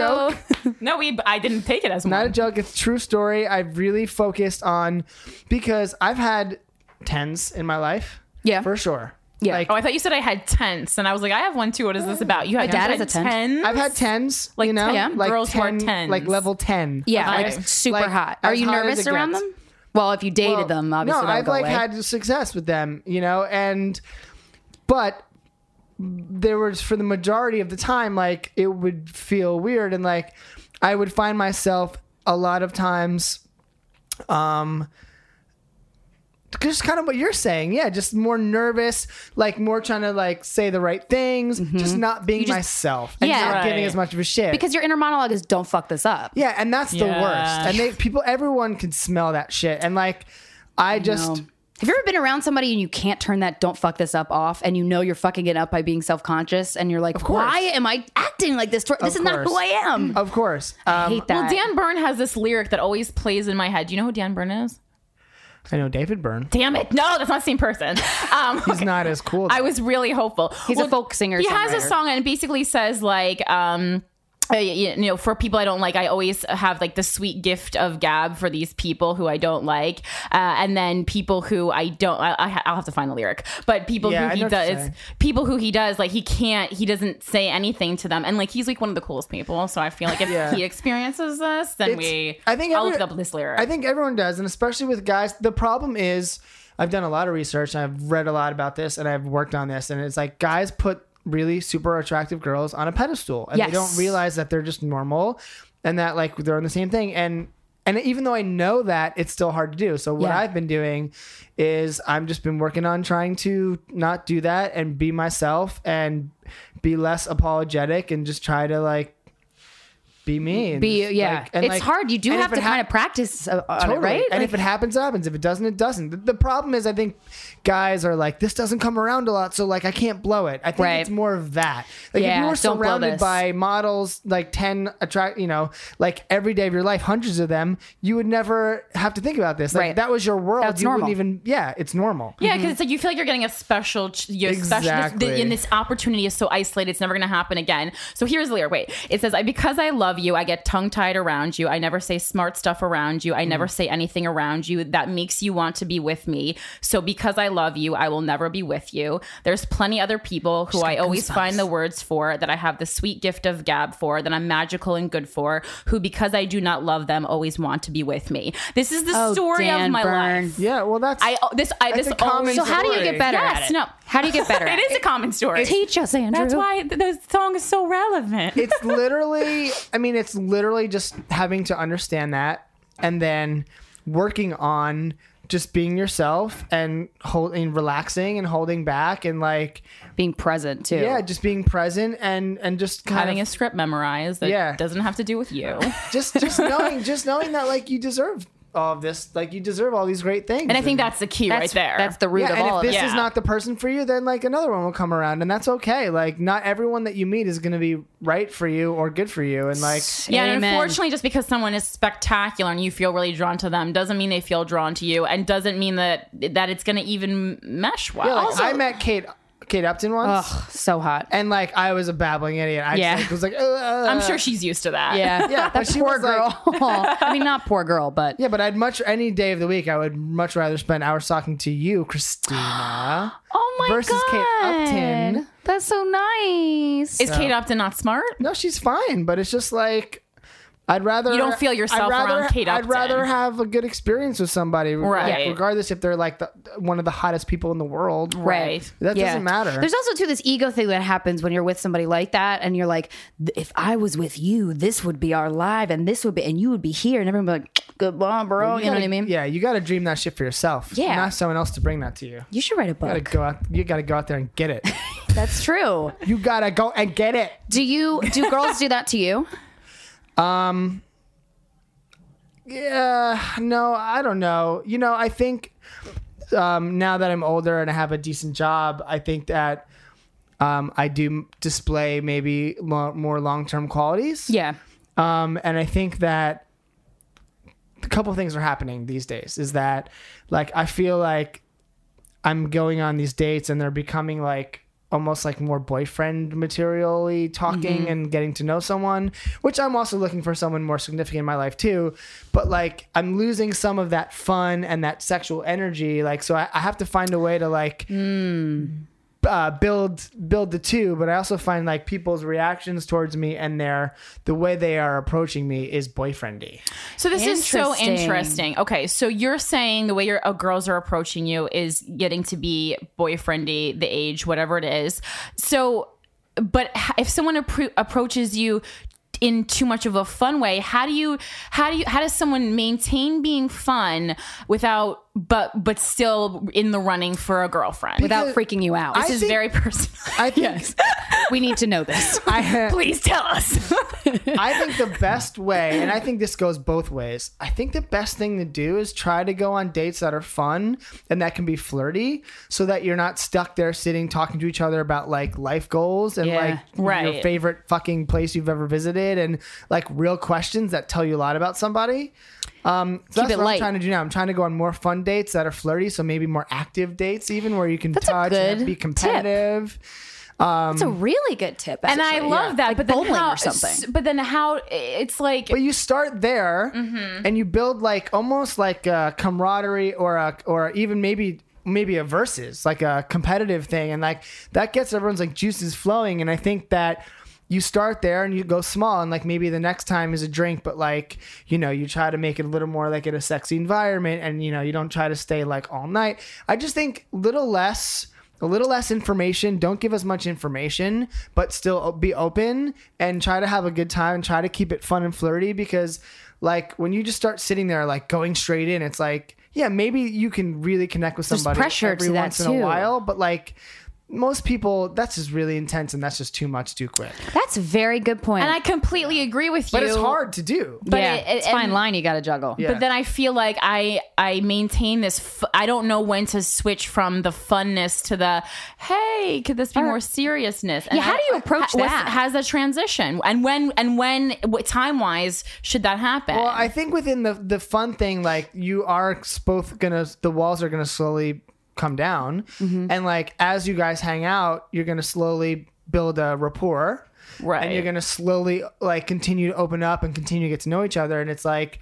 S4: joke.
S1: No, we. I didn't take it as
S4: Not
S1: one.
S4: a joke. It's a true story. I've really focused on because I've had tens in my life.
S2: Yeah.
S4: for sure.
S2: Yeah.
S4: Like,
S1: Oh, I thought you said I had tents, and I was like, I have one too. What is this about? You had
S2: Oh. dad
S1: you
S2: has
S1: had
S2: a tent.
S1: tens?
S4: I've had tens.
S1: Like
S4: you know,
S1: 10?
S4: like
S1: Girls who are
S4: 10,
S1: 10s.
S4: like level ten.
S2: yeah,
S1: Okay.
S2: like super
S4: Like,
S2: hot.
S4: as
S2: Are you
S4: hot as
S2: nervous
S4: it
S2: around
S4: gets.
S2: them? Well, if you dated
S4: Well,
S2: them, obviously
S4: No,
S2: that would
S4: I've
S2: go
S4: like
S2: away.
S4: had success with them, you know, and but there was for the majority of the time, like it would feel weird, and like I would find myself a lot of times, um. Just kind of what you're saying, yeah. Just more nervous, like more trying to like say the right things, just not being myself, and
S2: Mm-hmm. Yeah.
S4: not giving
S1: Right.
S4: as much of a shit.
S2: because your inner monologue is don't fuck this up.
S4: Yeah, and that's the
S1: Yeah.
S4: worst. And they people everyone can smell that shit. And like I just
S2: No. Um, Have you ever been around somebody and you can't turn that don't fuck this up off and you know you're fucking it up by being self conscious and you're like,
S4: course.
S2: why am I acting like this? toward- This is not
S4: course.
S2: who I am.
S4: of course.
S2: I
S4: Um,
S2: hate that.
S1: Well, Dan Byrne has this lyric that always plays in my head. Do you know who Dan Byrne is?
S4: I know David Byrne.
S1: Damn it! No, that's not the same person. Um,
S4: He's not as cool.
S1: I was really hopeful.
S2: He's a folk singer,
S1: He has a
S2: songwriter.
S1: song and it basically says like. um uh, y- you know, for people I don't like, I always have like the sweet gift of gab for these people who I don't like, uh, and then people who I don't. I, I, I'll have to find the lyric, but people
S4: Yeah, I
S1: who
S4: know
S1: he
S4: what you're
S1: does,
S4: saying.
S1: people who he does, like he can't, he doesn't say anything to them, and like he's like one of the coolest people. So I feel like if
S4: Yeah.
S1: he experiences this, then
S4: It's-
S1: we.
S4: I think
S1: I'll
S4: every-
S1: look up this lyric.
S4: I think everyone does, and especially with guys. The problem is, I've done a lot of research. And I've read a lot about this, and I've worked on this, and it's like guys put really super attractive girls on a pedestal, and
S2: Yes.
S4: they don't realize that they're just normal, and that like they're on the same thing. And and even though I know that, it's still hard to do. So what
S2: Yeah.
S4: I've been doing is I've just been working on trying to not do that and be myself and be less apologetic and just try to like be me. and
S2: Be
S4: just,
S2: yeah,
S4: like- and,
S2: it's
S4: like-
S2: hard. You do
S4: and
S2: have
S4: if
S2: to
S4: it hap-
S2: kind of practice uh, on
S4: Totally.
S2: it, right?
S4: And
S2: Like,
S4: if it happens, it happens. If it doesn't, it doesn't. The, the problem is, I think guys are like, this doesn't come around a lot, so like I can't blow it. I think
S2: Right.
S4: it's more of that. Like if
S2: Yeah,
S4: you were
S2: don't blow
S4: surrounded
S2: this.
S4: by models, like ten attract, you know, like every day of your life, hundreds of them, you would never have to think about this. Like
S2: Right.
S4: that was your world.
S2: That's
S4: you
S2: normal.
S4: wouldn't even. Yeah, it's normal.
S1: Yeah, because it's like you feel like you're getting a special, ch- you're special. This,
S4: Exactly.
S1: the, and this opportunity is so isolated; it's never going to happen again. So here's the lyric. Wait, it says, "I because I love you, I get tongue tied around you. I never say smart stuff around you. I
S2: Mm.
S1: never say anything around you that makes you want to be with me. So because I love you, I will never be with you. There's plenty other people who I always find the words for that I have the sweet gift of gab for that I'm magical and good for. Who because I do not love them, always want to be with me. This is the
S2: Oh,
S1: story
S2: Dan
S1: of my
S2: Byrne.
S1: life.
S4: Yeah. Well, that's.
S1: I oh, this I
S4: That's
S1: this
S4: a common
S1: always-
S2: so how do you
S4: story.
S2: get better?
S1: Yes,
S2: at it?
S1: no.
S2: How do you get better? at
S1: it is a common story.
S2: Teach us, Andrew.
S1: That's why th- the song is so relevant.
S4: it's literally i mean it's literally just having to understand that and then working on just being yourself and holding relaxing and holding back and like
S2: being present too.
S4: yeah just being present and and just kind
S1: Having a
S4: of
S1: script memorized that
S4: Yeah.
S1: doesn't have to do with you.
S4: just just knowing just knowing that like you deserve all of this like you deserve all these great things
S1: And I think that's the key
S2: that's
S1: right there.
S2: That's the root
S4: yeah,
S2: of
S4: and
S2: all
S4: if
S2: of
S4: this
S2: it.
S4: is
S1: Yeah.
S4: not the person for you, then like another one will come around, and that's okay. Like not everyone that you meet is going to be right for you or good for you, and like
S1: yeah, and
S2: Amen.
S1: unfortunately, just because someone is spectacular and you feel really drawn to them doesn't mean they feel drawn to you, and doesn't mean that that it's going to even mesh well.
S4: Yeah, like,
S1: Also-
S4: I met Kate Kate Upton once,
S2: Ugh, so hot.
S4: and like I was a babbling idiot. I
S2: Yeah.
S4: just, like, was like, uh,
S1: I'm sure she's used to that.
S2: Yeah,
S4: yeah,
S2: That
S4: but she
S2: poor
S4: was, like-
S2: girl. I mean, not poor girl, but
S4: yeah, but I'd much any day of the week. I would much rather spend hours talking to you, Christina.
S2: oh my
S4: Versus Kate Upton.
S2: That's so nice.
S1: Is Kate Upton not smart?
S4: no, she's fine, but it's just like I'd rather
S1: You don't feel yourself
S4: I'd rather,
S1: around Kate
S4: I'd rather
S1: Upton.
S4: have a good experience with somebody, like,
S1: Right.
S4: regardless if they're like the, one of the hottest people in the world.
S1: Right.
S4: That doesn't matter.
S2: There's also too this ego thing that happens when you're with somebody like that, and you're like, "Th- if I was with you, this would be our live, and this would be, and you would be here, and everyone would be like, good mom, bro. you know what I
S4: gotta-
S2: mean?
S4: Yeah, you got to dream that shit for yourself.
S2: Yeah.
S4: not someone else to bring that to you.
S2: You should write a
S4: You gotta
S2: book.
S4: go out. You gotta go out there and get it.
S2: That's true.
S4: you gotta go and get it.
S2: Do you do girls do that to you?
S4: Yeah, no, I don't know. You know, I think um, now that I'm older and I have a decent job, I think that um, I do display maybe lo- more long term qualities.
S2: Yeah.
S4: Um, and I think that a couple things are happening these days is that like I feel like I'm going on these dates and they're becoming like almost like more boyfriend materially talking and getting to know someone, which I'm also looking for someone more significant in my life too. But like I'm losing some of that fun and that sexual energy. Like so I, I have to find a way to like uh, build build the two, but I also find like people's reactions towards me and their the way they are approaching me is boyfriendy.
S1: So this is so
S2: Interesting.
S1: interesting. Okay, so you're saying the way your uh, girls are approaching you is getting to be boyfriendy, the age, whatever it is. So, but h- if someone appro- approaches you in too much of a fun way, how do you how do you how does someone maintain being fun without but but still in the running for a girlfriend? Without,
S2: Without freaking you out.
S1: this is
S4: think-
S1: very personal.
S4: I think
S2: we need to know this.
S4: I,
S1: Please tell us.
S4: I think the best way, and I think this goes both ways. I think the best thing to do is try to go on dates that are fun and that can be flirty, so that you're not stuck there sitting talking to each other about like life goals and
S2: Yeah,
S4: like your
S1: right.
S4: favorite fucking place you've ever visited and like real questions that tell you a lot about somebody. Um, so that's
S2: it
S4: what
S2: light.
S4: I'm trying to do now. I'm trying to go on more fun dates that are flirty, so maybe more active dates, even where you can
S2: That's a
S4: touch and
S2: good
S4: be
S2: tip.
S4: competitive.
S2: That's a really good tip.
S1: um, And I
S2: actually.
S1: love that,
S2: Like
S1: but then
S2: bowling
S1: how,
S2: or something.
S1: But then how? It's like
S4: But you start there, and you build like almost like a camaraderie, or a, or even maybe maybe a versus, like a competitive thing, and like that gets everyone's like juices flowing. And I think that you start there and you go small, and like maybe the next time is a drink, but like you know you try to make it a little more like in a sexy environment, and you know you don't try to stay like all night. I just think little less. A little less information. Don't give as much information, but still o- be open and try to have a good time and try to keep it fun and flirty because, like, when you just start sitting there, like, going straight in, it's like, yeah, maybe you can really connect with somebody
S2: pressure
S4: every
S2: to that
S4: once in
S2: too.
S4: a while, but like, most people, that's just really intense and that's just too much too quick.
S2: That's a very good point.
S1: And I completely agree with you.
S4: But it's hard to do.
S1: But
S2: yeah,
S1: it- it-
S2: it's a fine
S1: and-
S2: line you got to juggle.
S4: Yeah.
S1: But then I feel like I I maintain this. F- I don't know when to switch from the funness to the hey, could this be more seriousness? And
S2: Yeah, how
S1: I-
S2: do you approach
S1: what's-
S2: that?
S1: Has a transition, and when and when time wise should that happen?
S4: Well, I think within the the fun thing, like you are s- both gonna, the walls are gonna slowly come down,
S1: Mm-hmm.
S4: and like as you guys hang out, you're gonna slowly build a rapport,
S1: Right.
S4: And you're gonna slowly like continue to open up and continue to get to know each other, and it's like.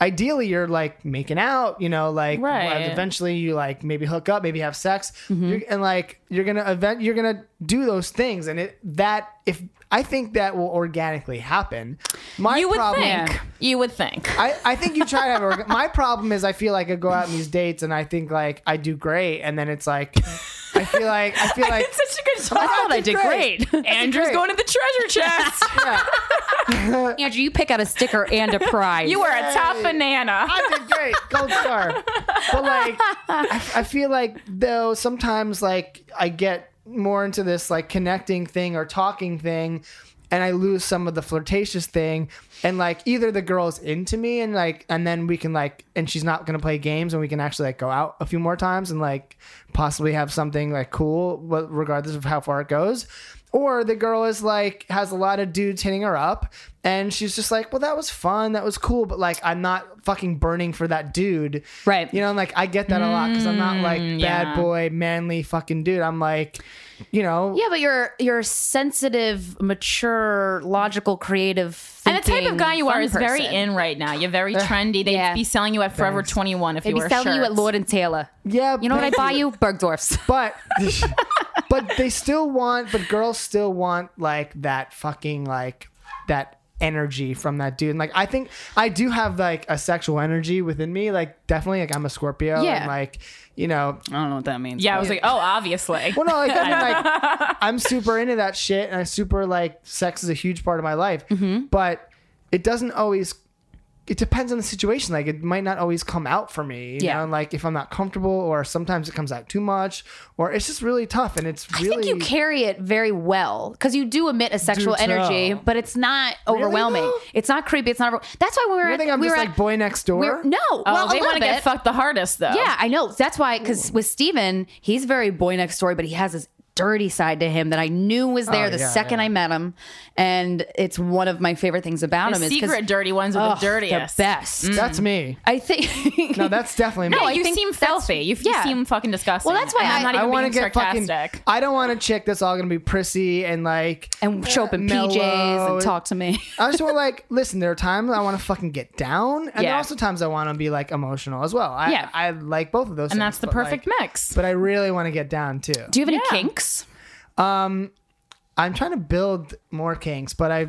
S4: Ideally, you're like making out, you know, like
S1: Right. Mm-hmm.
S4: eventually you like maybe hook up, maybe have sex, you're, and like you're gonna event, you're gonna do those things, and it that if I think that will organically happen. My
S1: you would
S4: problem,
S1: think. You would think.
S4: I, I think you try to have orga- my problem is I feel like I go out on these dates and I think like I do great and then it's like I feel like I feel like
S1: such a good job. I
S4: thought I did great.
S1: Andrew's
S4: great.
S1: going to the treasure chest.
S2: Andrew, you pick out a sticker and a prize.
S1: you are a top banana.
S4: I did great gold star but like I, I feel like though sometimes like I get more into this like connecting thing or talking thing and I lose some of the flirtatious thing and like either the girl's into me and like and then we can like and she's not gonna play games and we can actually like go out a few more times and like possibly have something like cool wh- regardless of how far it goes or the girl is like has a lot of dudes hitting her up and she's just like well that was fun that was cool but like i'm not fucking burning for that dude
S2: Right. Mm,
S4: you know and like i get that a lot because i'm not like bad
S1: yeah.
S4: boy manly fucking dude i'm like you know
S2: Yeah, but you're you're a sensitive, mature, logical, creative,
S1: And the type of guy you
S2: thinking,
S1: are
S2: fun
S1: is very
S2: person.
S1: in right now. You're very trendy. They'd
S2: Yeah.
S1: be selling you at Forever 21 if
S2: They'd
S1: you
S2: be
S1: were
S2: selling you at Lord and Taylor.
S4: yeah
S2: You know what I
S4: thank
S2: buy you? Bergdorf's.
S4: but but they still want but girls still want like that fucking like that energy from that dude. And like I think I do have like a sexual energy within me. Like definitely like I'm a Scorpio.
S2: Yeah.
S4: And like, you know,
S2: I don't know what that means.
S1: Yeah, I was like, oh, obviously.
S4: well, no, like, I mean, like I'm super into that shit, and I super like sex is a huge part of my life.
S2: Mm-hmm.
S4: But it doesn't always. It depends on the situation. Like it might not always come out for me. You
S2: Yeah.
S4: Know? And, Like if I'm not comfortable, or sometimes it comes out too much, or it's just really tough. And it's really.
S2: I think you carry it very well because you do emit a sexual
S4: tell.
S2: energy, but it's not overwhelming.
S4: though?
S2: It's not creepy. It's not. Over- That's why we were.
S4: I
S2: at,
S4: think I'm
S2: we
S4: just
S2: were
S4: like
S2: at,
S4: boy next door.
S2: we're- no.
S1: Oh,
S2: well,
S1: they
S2: a little
S1: wanna get
S2: bit.
S1: fucked the hardest though.
S2: Yeah, I know. That's why, because with Steven, he's very boy next door, but he has this dirty side to him that I knew was there
S4: Oh,
S2: the
S4: yeah,
S2: second
S4: yeah.
S2: I met him. And it's one of my favorite things about
S1: The
S2: him is 'cause-
S1: secret dirty ones are
S2: Ugh,
S1: the dirtiest.
S2: The best.
S4: That's me.
S2: I think.
S4: Mm. No, that's definitely me.
S1: No,
S2: No, I
S1: you
S2: think
S1: seem
S2: that's-
S1: filthy. You,
S2: yeah.
S1: you seem fucking disgusting.
S2: Well, that's why
S1: And
S2: I-
S1: I'm not
S4: I
S1: even
S4: want to
S1: being
S4: get
S1: sarcastic.
S4: fucking. I don't want a chick that's all gonna be prissy and like
S2: and show up in
S4: mellow
S2: PJs and talk to me.
S4: I just want like listen. There are times I want to fucking get down, and there are
S1: Yeah.
S4: also times I want to be like emotional as well. I,
S2: Yeah.
S4: I like both of those.
S1: and that's the perfect mix.
S4: But I really want to get down too.
S2: Do you have any
S1: Yeah.
S2: kinks?
S4: I'm trying to build more kinks, but I,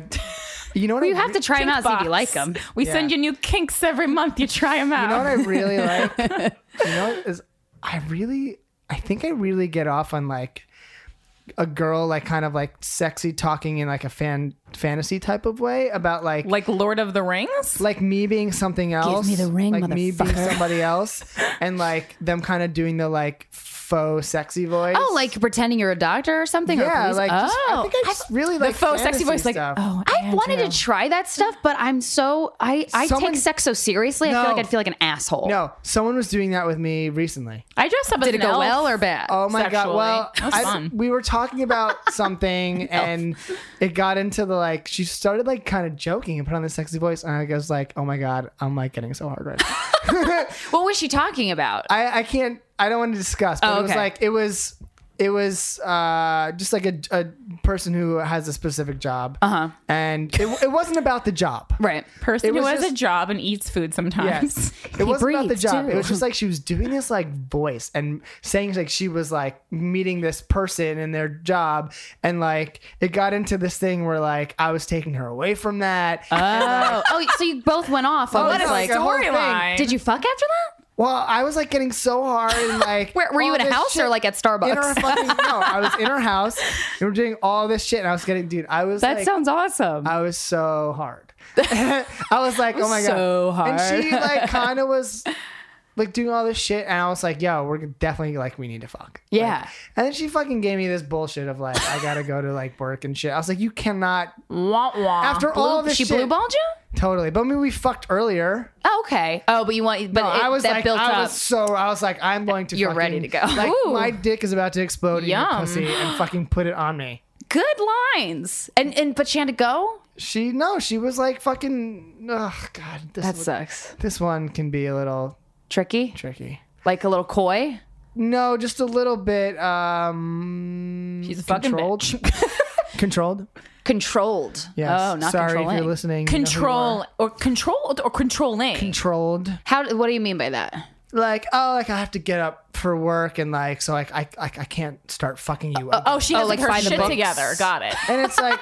S4: you know what
S2: You
S4: I
S2: have to
S4: re-
S2: try them out, see if
S1: box.
S2: you like them.
S1: We send
S4: Yeah.
S1: you new kinks every month. You try them out.
S4: You know what I really like? you know what is I really I think I really get off on like a girl like kind of like sexy talking in like a fan fantasy type of way about like
S1: like Lord of the Rings.
S4: like me being something else.
S2: me the ring,
S4: like me being
S2: motherfucker.
S4: somebody else, and like them kind of doing the like faux sexy voice.
S2: Oh, like pretending you're a doctor or something? or
S4: yeah,
S2: police-
S4: like just- I
S2: oh,
S4: think I just really like
S1: faux sexy
S4: fantasy
S1: voice, like,
S4: stuff.
S1: oh,
S2: I wanted to try that stuff, but I'm so I I
S4: Someone-
S2: take sex so seriously. I
S4: No.
S2: feel like I'd feel like an asshole.
S4: No, someone was doing that with me recently.
S1: I dress up as
S2: did it
S1: an
S2: go
S1: elf.
S2: well or bad?
S4: Oh my god!
S1: Sexually.
S4: Well,
S1: That was
S4: I-
S1: fun.
S4: we were talking about something, and it got into the like. She started like kind of joking and put on this sexy voice, and I was like, "Oh my god, I'm like getting so hard right now."
S2: what was she talking about?
S4: I, I can't I don't want to discuss, but
S2: Oh,
S4: it was
S2: okay.
S4: like it was it was uh, just like a, a person who has a specific job, uh-huh. and it, it wasn't about the job.
S2: right.
S1: Person
S4: It
S1: who
S4: was
S1: has
S4: just-
S1: a job and eats food sometimes.
S4: Yes, it wasn't about the
S2: breathes,
S4: job. It
S2: too.
S4: was just like she was doing this like voice and saying like she was like meeting this person in their job, and like it got into this thing where like I was taking her away from that.
S2: Oh, oh, so you both went off.
S4: Oh,
S2: on
S4: what
S2: this,
S4: a
S2: like,
S4: the whole thing.
S1: storyline.
S2: did you fuck after that?
S4: Well, I was like getting so hard and like.
S2: Where- were you
S4: all
S2: in a
S4: this
S2: house or,
S4: shit
S2: like, at Starbucks?
S4: In her fucking, no, I was in her house and we we're doing all this shit and I was getting, dude, I was like,
S2: awesome.
S4: I was so hard. I was like, oh my god,
S2: So hard.
S4: And she like kind of was like doing all this shit, and I was like, yo, we're definitely like we need to fuck. Like,
S2: Yeah.
S4: and then she fucking gave me this bullshit of like, I gotta go to like work and shit. I was like, you cannot.
S1: Wah, wah.
S4: After all
S2: Blue,
S4: this,
S2: she
S4: shit,
S2: blue balled you?
S4: Totally, but I mean, we fucked earlier.
S2: Oh, okay. Oh, but you want, but
S4: No,
S2: it-
S4: I was
S2: that
S4: like,
S2: built
S4: I
S2: up.
S4: was so, I was like, I'm going to.
S2: You're
S4: fucking-
S2: ready to go.
S4: Like
S2: Ooh.
S4: my dick is about to explode in your
S1: Yum.
S4: pussy and fucking put it on me.
S2: Good lines. And and but she had to go.
S4: She no, she was like fucking. Oh god, this
S2: That
S4: one-
S2: sucks.
S4: this one can be a little
S2: Tricky.
S4: tricky.
S2: Like a little coy.
S4: No, just a little bit. Um,
S1: She's a fucking
S4: controlled. controlled.
S2: Controlled.
S4: Yes.
S2: Oh, not
S4: Sorry
S2: controlling.
S4: if you're listening. you know who you
S1: Control
S4: are.
S1: or controlled or controlling.
S4: controlled.
S2: How? What do you mean by that?
S4: Like oh, like I have to get up for work and like so like I I, I can't start fucking
S2: Uh,
S4: you. up.
S1: oh, she has
S2: like,
S1: like her
S2: by the
S1: shit
S2: books.
S1: together. Got it.
S2: oh.
S4: and it's like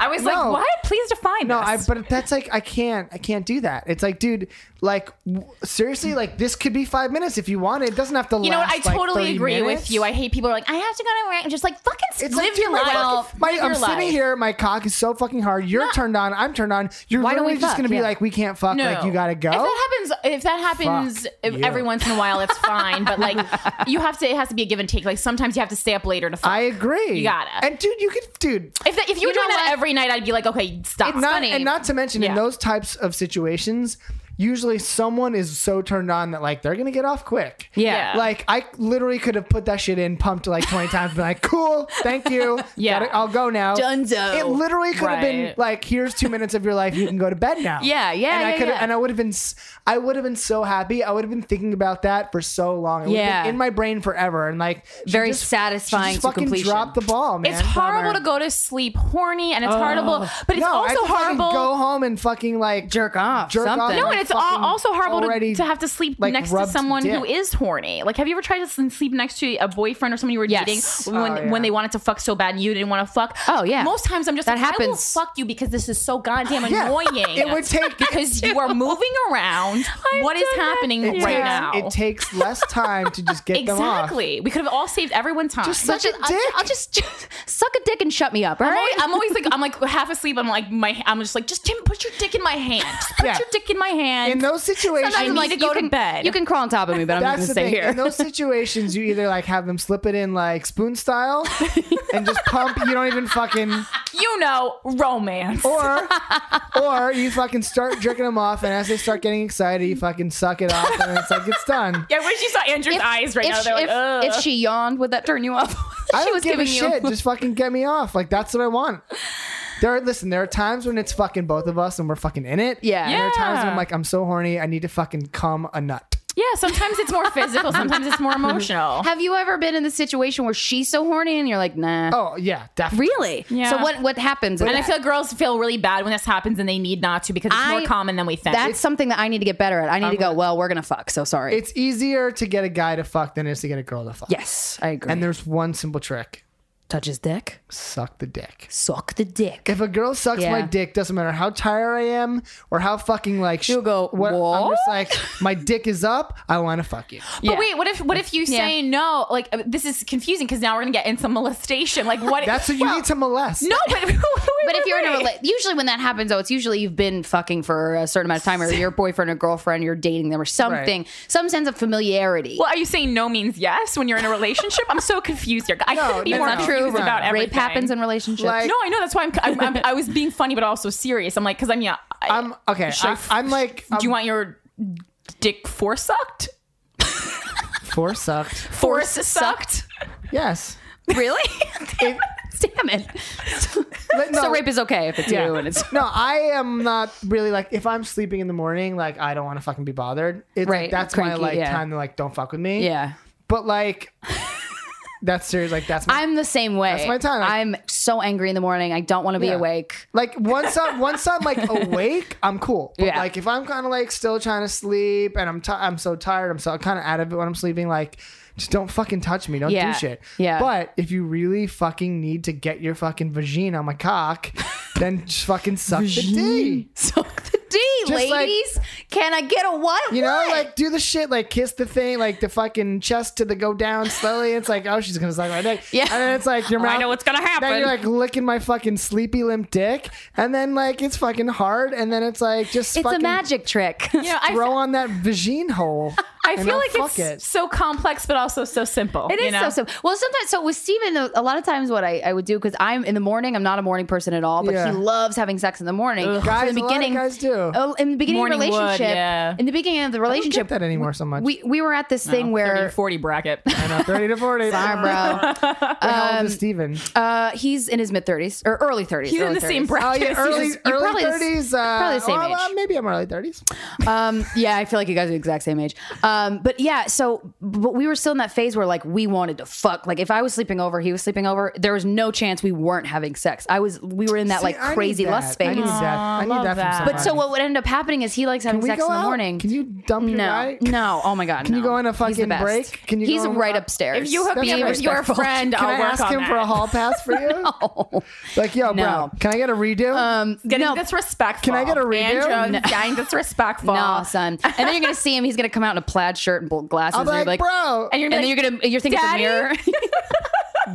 S1: I was
S4: No.
S1: like, what? Please define
S4: no,
S1: this.
S4: Oh, I but that's like I can't I can't do that. It's like dude, like w- seriously, like this could be five minutes if you want it. It doesn't have to.
S1: you know what?
S4: last,
S1: I
S4: like,
S1: totally
S4: 30
S1: agree
S4: minutes.
S1: with you. I hate people who are like, I have to go to work. I'm just like, fucking
S4: It's
S1: live
S4: like, dude,
S1: your
S4: my
S1: life.
S4: fucking- my-
S1: Live
S4: I'm
S1: your
S4: sitting
S1: life.
S4: here. My cock is so fucking hard. You're turned on. I'm turned on. You're
S2: Why don't
S4: literally
S2: we
S4: just
S2: fuck?
S4: gonna be
S2: Yeah.
S4: like, we can't fuck. Like you gotta go.
S1: If that happens, if that happens
S4: Fuck
S1: if-
S4: you.
S1: every once in a while, it's fine. But like, you have to. It has to be a give and take. Like sometimes you have to stay up later to. Fuck.
S4: I agree.
S1: You gotta.
S4: And dude, you could, dude.
S1: if that, if you were
S2: You know
S1: doing that
S2: what?
S1: every night, I'd be like, okay, stop.
S4: Not,
S2: funny.
S4: And not to mention, in
S1: Yeah.
S4: those types of situations, usually someone is so turned on that like they're gonna get off quick.
S1: Yeah.
S4: Like I literally could have put that shit in, pumped like twenty times, been like, "Cool, thank you.
S1: Yeah.
S4: Gotta- I'll go now."
S2: Dunzo.
S4: It literally could have been
S1: Right.
S4: like, "Here's two minutes of your life. You can go to bed now."
S2: Yeah, yeah,
S4: And I
S2: yeah,
S4: could,
S2: yeah.
S4: and I would have been, s- I would have been so happy. I would have been thinking about that for so long. It would have
S2: Yeah.
S4: been in my brain forever, and like she
S2: Very
S4: just- she
S2: satisfying
S4: Just
S2: to
S4: fucking
S2: completion.
S4: drop the ball, man.
S1: It's horrible to go to sleep horrible, horny, and it's horrible. But it's
S4: no, I
S1: also
S4: could fucking
S1: horrible.
S4: Go home and fucking like
S2: Jerk off,
S4: Jerk off.
S2: something.
S1: No, and it's it's all, also horrible to,
S4: already,
S1: to have to sleep
S4: like,
S1: next to
S4: rubbed
S1: someone who
S4: dick.
S1: is horny. Like, have you ever tried to s- sleep next to a boyfriend or someone you were
S2: Yes.
S1: dating when,
S4: Oh, yeah.
S1: when they wanted to fuck so bad and you didn't want to fuck?
S2: Oh, yeah.
S1: Most times I'm just
S2: That
S1: like, I will
S2: happens.
S1: fuck you because this is so goddamn
S4: Yeah.
S1: annoying.
S4: It would take-
S1: because you are moving around. what is
S2: done that
S1: happening
S4: It,
S1: right
S4: takes,
S1: now?
S4: it takes less time to just get them off.
S1: exactly. We could have all saved everyone time.
S4: Just such a dick.
S2: I'll, I'll just, just suck a dick and shut me up. All
S1: I'm
S2: right.
S1: always, I'm always like I'm like half asleep. I'm like my I'm just like just Tim, put your dick in my hand. Just put
S4: Yeah.
S1: your dick in my hand.
S4: in those situations,
S1: I need to
S2: you
S1: go to
S2: can,
S1: bed.
S2: You can crawl on top of me, but I'm not
S4: that's
S2: going to
S4: the
S2: stay
S4: thing.
S2: here.
S4: In those situations, you either like have them slip it in like spoon style and just pump. You don't even fucking
S1: you know, romance.
S4: or or you fucking start jerking them off, and as they start getting excited, you fucking suck it off, and it's like it's done.
S1: Yeah, I wish you saw Andrew's eyes right
S2: if,
S1: now. They're
S2: if-
S1: like, Ugh.
S2: if she yawned, would that turn you off?
S4: I
S2: she
S4: don't
S2: was
S4: give a
S2: giving you.
S4: shit. Just fucking get me off. Like that's what I want. There, are, listen. There are times when it's fucking both of us, and we're fucking in it.
S2: Yeah.
S4: And there are times when
S1: Yeah.
S4: I'm like, I'm so horny, I need to fucking cum a nut.
S1: yeah, sometimes it's more physical, sometimes it's more emotional.
S2: Have you ever been in the situation where she's so horny and you're like, nah?
S4: Oh yeah, definitely.
S2: really?
S1: Yeah.
S2: So what what happens? in
S1: And I
S2: that?
S1: feel like girls feel really bad when this happens and they need not to because it's
S2: I-
S1: more common than we think.
S2: that's something that I need to get better at. I need to go. Well, we're gonna fuck. So sorry.
S4: It's easier to get a guy to fuck than it is to get a girl to fuck.
S2: yes, I agree.
S4: And there's one simple trick:
S2: touch his dick,
S4: suck the dick.
S2: suck the dick.
S4: If a girl sucks
S2: Yeah.
S4: my dick, doesn't matter how tired I am or how fucking like
S2: She'll go,
S4: I'm just
S2: "What?"
S4: like my dick is up. I want to fuck you.
S1: but
S2: Yeah.
S1: wait, what if what if you
S2: Yeah.
S1: say no? Like uh, this is confusing because now we're gonna get into molestation. Like what?
S4: That's what you
S1: Well,
S4: need to molest.
S1: No, but
S2: But if you're in a rela- usually when that happens, though, it's usually you've been fucking for a certain amount of time, or your boyfriend or girlfriend, you're dating them, or something, some sense of familiarity.
S1: Well, are you saying no means yes when you're in a relationship? I'm so confused here. I couldn't be
S4: that's
S1: more
S4: not
S1: confused
S4: true.
S1: about
S4: Rape
S1: everything.
S2: Rape happens in relationships.
S4: Like-
S1: no, I know that's why I'm, I'm, I'm I was being funny, but also serious. I'm like, because I'm yeah. I,
S4: I'm okay.
S1: Should I
S4: I, I'm like
S1: do you want your dick force sucked?
S4: force sucked?
S1: Force sucked?
S4: Yes.
S2: really?
S4: It-
S2: Damn it. So,
S4: Let- no.
S2: rape is okay if it's
S4: Yeah.
S2: you and it's
S4: no, I am not really like if I'm sleeping in the morning, like I don't want to fucking be bothered. It's
S2: Right,
S4: like, that's
S2: cranky,
S4: my like
S2: yeah.
S4: time to like don't fuck with me.
S2: Yeah.
S4: But like that's serious. Like that's my
S2: I'm the same way.
S4: That's my time.
S2: I'm so angry in the morning. I don't want to be
S4: Yeah.
S2: awake.
S4: Like once I'm once I'm like awake, I'm cool. But
S2: Yeah.
S4: like if I'm kind of like still trying to sleep and I'm ti I'm so tired, I'm so kind of out of it when I'm sleeping. Like just don't fucking touch me. Don't
S2: Yeah.
S4: do shit.
S2: Yeah.
S4: But if you really fucking need to get your fucking vagina on my cock, then just fucking suck the D.
S2: Suck the D,
S4: Just like-
S2: ladies. Can I get a what?
S4: You know,
S2: What?
S4: like do the shit, like kiss the thing, like the fucking chest to the go down slowly. It's like, oh, she's gonna suck my dick.
S2: Yeah. Oh,
S4: And then it's like your mouth.
S1: I know what's gonna happen.
S4: Then you're like licking my fucking sleepy limp dick, and then like it's fucking hard, and then it's like just
S2: it's a
S4: fucking
S2: magic trick.
S1: you know, I,
S4: throw on that vagine hole.
S1: I
S4: and
S1: feel
S4: I'll
S1: like it's
S4: fuck it.
S1: so complex, but also so simple.
S2: It is
S1: you know?
S2: so simple. Well, sometimes so with Steven, a a lot of times what I, I would do because I'm in the morning, I'm not a morning person at all, but
S4: Yeah.
S2: he loves having sex in the morning. So
S4: Guys,
S2: in the
S4: a lot of
S2: beginning,
S4: guys do.
S2: Oh, in the beginning of the
S1: Morning wood,
S2: relationship,
S1: yeah.
S2: in the beginning of the relationship,
S4: get that anymore so much.
S2: We we were at this thing where
S1: 40 bracket.
S4: I know, thirty to forty.
S2: Sorry,
S4: How
S2: bro. Um,
S4: old is Steven?
S2: Uh, he's in his mid thirties or early thirties.
S1: He's in the same bracket.
S4: Oh yeah,
S1: as you.
S4: early
S2: you're
S4: early
S2: probably the s-
S4: thirties. uh,
S2: probably the same
S4: well,
S2: age.
S4: uh, maybe I'm early thirties.
S2: Um, yeah, I feel like you guys are the exact same age. Um, but yeah, so but we were still in that phase where like we wanted to fuck. Like if I was sleeping over, he was sleeping over. There was no chance we weren't having sex. I was. We were in that like crazy lust
S4: I
S2: phase.
S4: need that. I need
S1: love
S4: that from
S1: that.
S4: somebody.
S2: But so what would end up happening is he likes having
S4: Can we
S2: sex
S4: go
S2: in the
S4: out?
S2: morning.
S4: Can you dump your
S2: no,
S4: guy?
S2: no. Oh my god. Can
S4: you go on a fucking break? Can you go
S2: He's
S4: on
S2: right
S4: a-
S2: upstairs.
S1: If you hook me
S2: Be
S1: up with your
S2: respectful.
S1: friend,
S4: Can
S1: I'll
S4: i
S1: work
S4: ask
S1: on
S4: him for a
S1: that.
S4: hall pass for you? Like, yo,
S2: No.
S4: bro, can I get a redo? Um,
S1: Getting
S2: No.
S1: disrespectful.
S4: Can I get a redo?
S1: Andrew,
S4: No.
S1: getting disrespectful.
S2: No, son. And then you're gonna see him. He's gonna come out in a plaid shirt and bl- glasses.
S4: I'm
S2: and you're
S4: like, bro,
S1: And you're,
S2: And then
S1: like,
S2: you're gonna you're thinking
S1: Daddy?
S2: it's a mirror.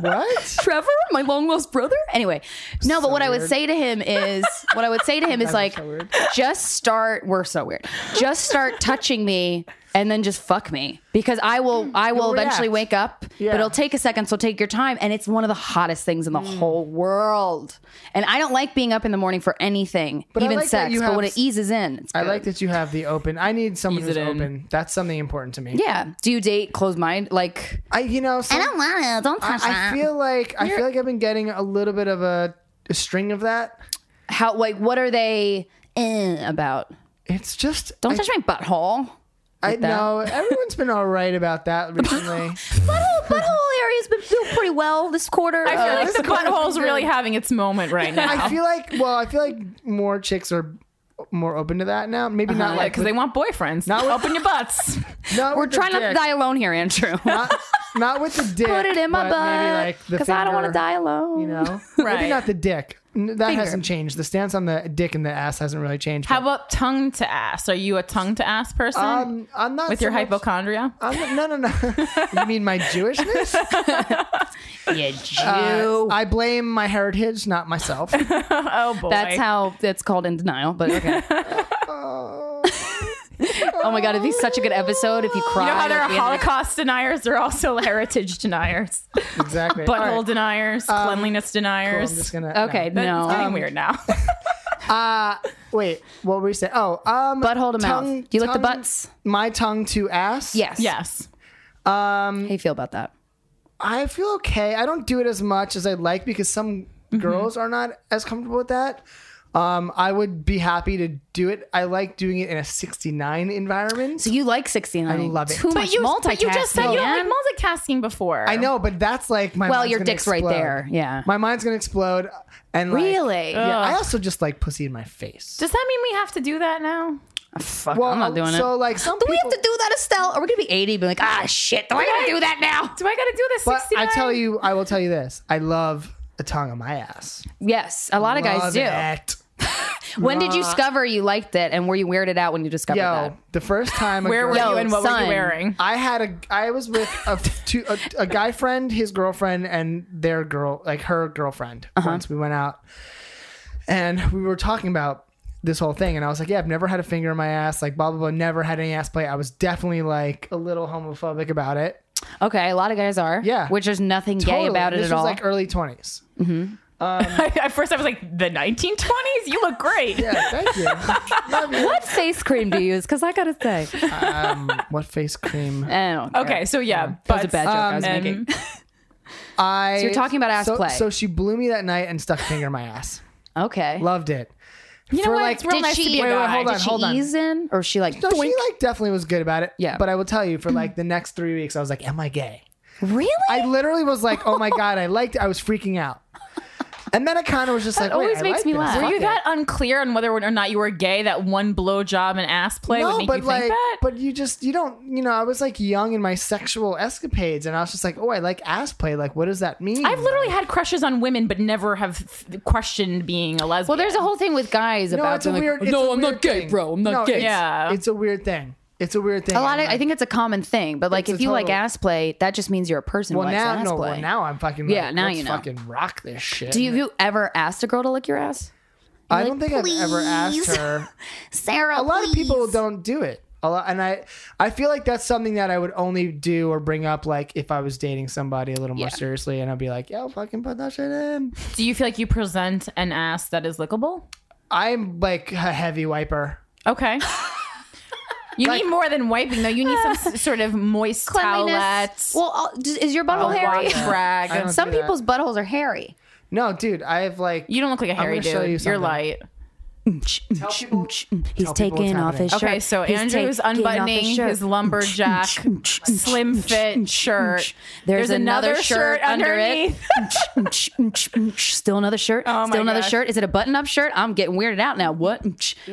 S4: what?
S2: Trevor, my long lost brother. Anyway, no, but
S4: So
S2: what I would
S4: weird.
S2: say to him is, what I would say to him is
S4: Guys are
S2: like,
S4: so weird.
S2: just start. We're so weird. Just start touching me, and then just fuck me because I will. I will
S4: Hmm. You'll
S2: eventually
S4: react.
S2: wake up,
S4: Yeah.
S2: but it'll take a second. So take your time, and it's one of the hottest things in the
S4: Hmm.
S2: whole world. And I don't like being up in the morning for anything,
S4: But I
S2: even
S4: like that
S2: sex.
S4: you
S2: But
S4: have
S2: when it
S4: s-
S2: eases in, it's
S4: I
S2: good.
S4: like that you have the open. I need someone
S1: Ease
S4: who's
S1: it in.
S4: open. That's something important to me.
S2: Yeah. Do you date closed mind? Like
S4: I, you know, some, I don't want to. Don't touch I, I feel like I feel like I've been getting a little bit of a, a string of that.
S2: how? Like what are they eh, about?
S4: It's just
S2: Don't
S4: I,
S2: touch my butthole.
S4: I
S2: like that.
S4: know everyone's been all right about that recently.
S2: butthole, butthole area's been doing pretty well this quarter.
S1: I feel
S2: Uh,
S1: like the butthole's really having its moment right now.
S4: I feel like well, I feel like more chicks are more open to that now.
S2: Uh-huh,
S4: Maybe not like
S1: because they want boyfriends.
S4: Not with-
S1: open your butts.
S4: not
S2: We're
S4: with the
S2: trying not to
S4: dick.
S2: die alone here, Andrew.
S4: Not, not with the dick.
S2: Put it in my
S4: but
S2: butt because I don't want to
S4: die.
S2: die alone.
S4: you know
S1: Right.
S4: maybe not the dick N- that
S2: Finger.
S4: hasn't changed the stance on the dick and the ass hasn't really changed
S1: How about tongue to ass? Are you a tongue to ass person
S4: um, i'm not
S1: with
S4: so
S1: your
S4: much-
S1: hypochondria?
S4: I'm not, no no no you mean my jewishness
S2: Yeah, Jew.
S4: Uh, i blame my heritage not myself
S1: Oh boy,
S2: That's how that's called in denial. But okay. oh my god, it'd be such a good episode if you cried.
S1: You know how there
S2: at
S1: are
S2: the end of the-
S1: Holocaust deniers, there are also heritage deniers,
S4: exactly All
S1: butthole
S4: right, Um,
S1: deniers, cleanliness
S4: cool,
S1: deniers.
S4: i'm just gonna no.
S2: Okay,
S1: That-
S2: no.
S1: it's getting weird now.
S4: uh wait what were you saying oh um
S2: Butthole to mouth.
S4: tongue-
S2: Do you lick the
S4: tongue-
S2: butts?
S4: my tongue to ass
S2: Yes.
S1: yes,
S4: Mm-hmm.
S2: How you feel about that?
S4: I feel okay. I don't do it as much as I'd like because some
S1: Mm-hmm.
S4: girls are not as comfortable with that. Um, I would be happy to do it. I like doing it in a 69 environment.
S2: So you like 69.
S4: I love it.
S2: Too
S1: but
S2: much
S1: you,
S2: multitasking.
S1: but you just said you
S2: man.
S1: don't like multitasking before.
S4: I know, but that's like my
S2: Well,
S4: mind's
S2: your
S4: gonna
S2: dick's right
S4: explode.
S2: there. Yeah.
S4: My mind's gonna explode. And like-
S2: Really?
S4: yeah. I also just like pussy in my face.
S1: Does that mean we have to do that now?
S2: Fuck,
S4: well,
S2: I'm not doing
S4: so
S2: it.
S4: like some
S2: Do we have to
S4: people-
S2: do that, Estelle? Are we gonna be 80 being like, ah shit, do I gotta do that now?
S1: Do I got to do this?
S4: But
S1: 69?
S4: I tell you, I will tell you this. I love a tongue on my ass.
S2: Yes, a lot of guys
S4: Love
S2: do.
S4: it.
S2: When did you discover you liked it and were you weirded out when you discovered
S4: Yo,
S2: that?
S4: the first time a
S1: where were
S4: girl-
S2: Yo,
S1: you and what were
S2: son.
S1: you wearing?
S4: I had a I was with a two a, a guy friend, his girlfriend, and their girl like her girlfriend.
S2: Uh-huh.
S4: Once we went out, and we were talking about this whole thing, and I was like, "Yeah, I've never had a finger in my ass, like blah blah blah. Never had any ass play. I was definitely like a little homophobic about it.
S2: Okay, a lot of guys are.
S4: Yeah.
S2: Which there's nothing gay
S4: Totally.
S2: about it
S4: this
S2: at
S4: was
S2: all.
S4: Like early twenties.
S1: At first, I was like, the 1920s. You look great.
S4: Yeah, thank you. Love you.
S2: what face cream do you use? Because I gotta say,
S4: Um, what face cream?
S2: I don't care.
S1: Okay, so yeah,
S2: that
S1: but um,
S2: was a bad joke I was
S1: and-
S2: making.
S4: I.
S2: you're talking about ass
S4: so-
S2: play.
S4: So she blew me that night and stuck a finger in my ass.
S2: Okay.
S4: Loved it.
S1: You know
S4: For
S1: what?
S4: like-
S1: it's real
S2: Did
S1: nice
S2: she-
S1: to be a
S2: wait,
S4: wait,
S1: guy.
S4: hold on.
S2: Did she ease in, or she like?
S4: No,
S2: doink?
S4: she like definitely was good about it.
S2: Yeah.
S4: But I will tell you, for like the next three weeks, I was like, "Am I gay?"
S2: really?
S4: I literally was like, "Oh my god, I liked." It. I was freaking out. And then I kind of was just like, "Wait,
S2: always
S4: I
S2: makes
S4: like
S2: me
S4: this.
S2: laugh.
S1: Were
S4: Fuck
S1: you
S4: it.
S1: that unclear on whether or not you were gay? That one blowjob and ass play would
S4: No,
S1: make
S4: but
S1: you think
S4: like,
S1: that.
S4: but you just you don't you know. I was like young in my sexual escapades, and I was just like, "Oh, I like ass play. Like, what does that mean?"
S1: I've literally had crushes on women, but never have th- questioned being a lesbian.
S2: well, there's a whole thing with guys
S4: no,
S2: about
S4: it's a
S2: doing-
S4: weird. It's
S5: "No,
S4: a
S5: I'm
S4: weird
S5: not gay,
S4: thing.
S5: bro. I'm not
S4: No,
S5: gay."
S4: it's-
S1: Yeah.
S4: it's a weird thing. It's a weird thing.
S2: a lot of.
S4: And,
S2: I think it's a common thing, but like
S4: It's a
S2: if you like
S4: total-
S2: ass play, that just means you're a person
S4: Well,
S2: who likes
S4: now
S2: ass
S4: no.
S2: play.
S4: Well, now I'm fucking.
S2: Yeah,
S4: like,
S2: now
S4: let's
S2: you know.
S4: Fucking rock this shit.
S2: do you, have you ever asked a girl to lick your ass?
S4: I don't think I've ever asked her.
S2: Sarah,
S4: a lot of people don't do it a lot and i i feel like that's something that i would only do or bring up like if i was dating somebody a little more seriously and i'd be like yo fucking put that shit in
S1: Do you feel like you present an ass that is lickable?
S4: i'm like a heavy wiper
S1: Okay. You need more than wiping, though. You need some s- sort of moist
S2: cleanliness.
S1: towelette.
S2: Well, I'll- d- is your
S1: Oh,
S2: butthole hairy?
S4: water.
S1: Brag.
S4: I don't
S2: Some
S4: do that.
S2: people's buttholes are hairy.
S4: no dude i've like
S1: You don't look like a hairy
S4: gonna show you
S1: dude. You are
S4: something.
S1: light.
S4: tell people
S2: He's
S4: Tell people what's
S2: taking off his shirt.
S1: Okay, so
S2: He's
S1: Andrew's
S2: taking off his
S1: unbuttoning his,
S2: shirt.
S1: lumberjack slim fit shirt.
S2: There's, another,
S1: another shirt
S2: shirt, under it.
S1: underneath.
S2: Still another shirt.
S1: Oh my
S2: Still another
S1: gosh.
S2: shirt. Is it a button-up shirt? I'm getting weirded out now. What?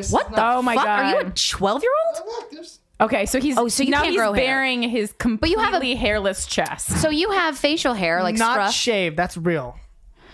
S2: What the?
S1: Oh my
S2: fuck? Are you a
S1: God.
S2: 12 year old?
S1: Okay, so he's
S2: Oh, so you
S1: now
S2: can't
S1: he's
S2: grow hair.
S1: bearing his completely
S2: you have a-
S1: hairless chest.
S2: So you have facial hair, like
S4: not
S2: scruff.
S4: shaved that's real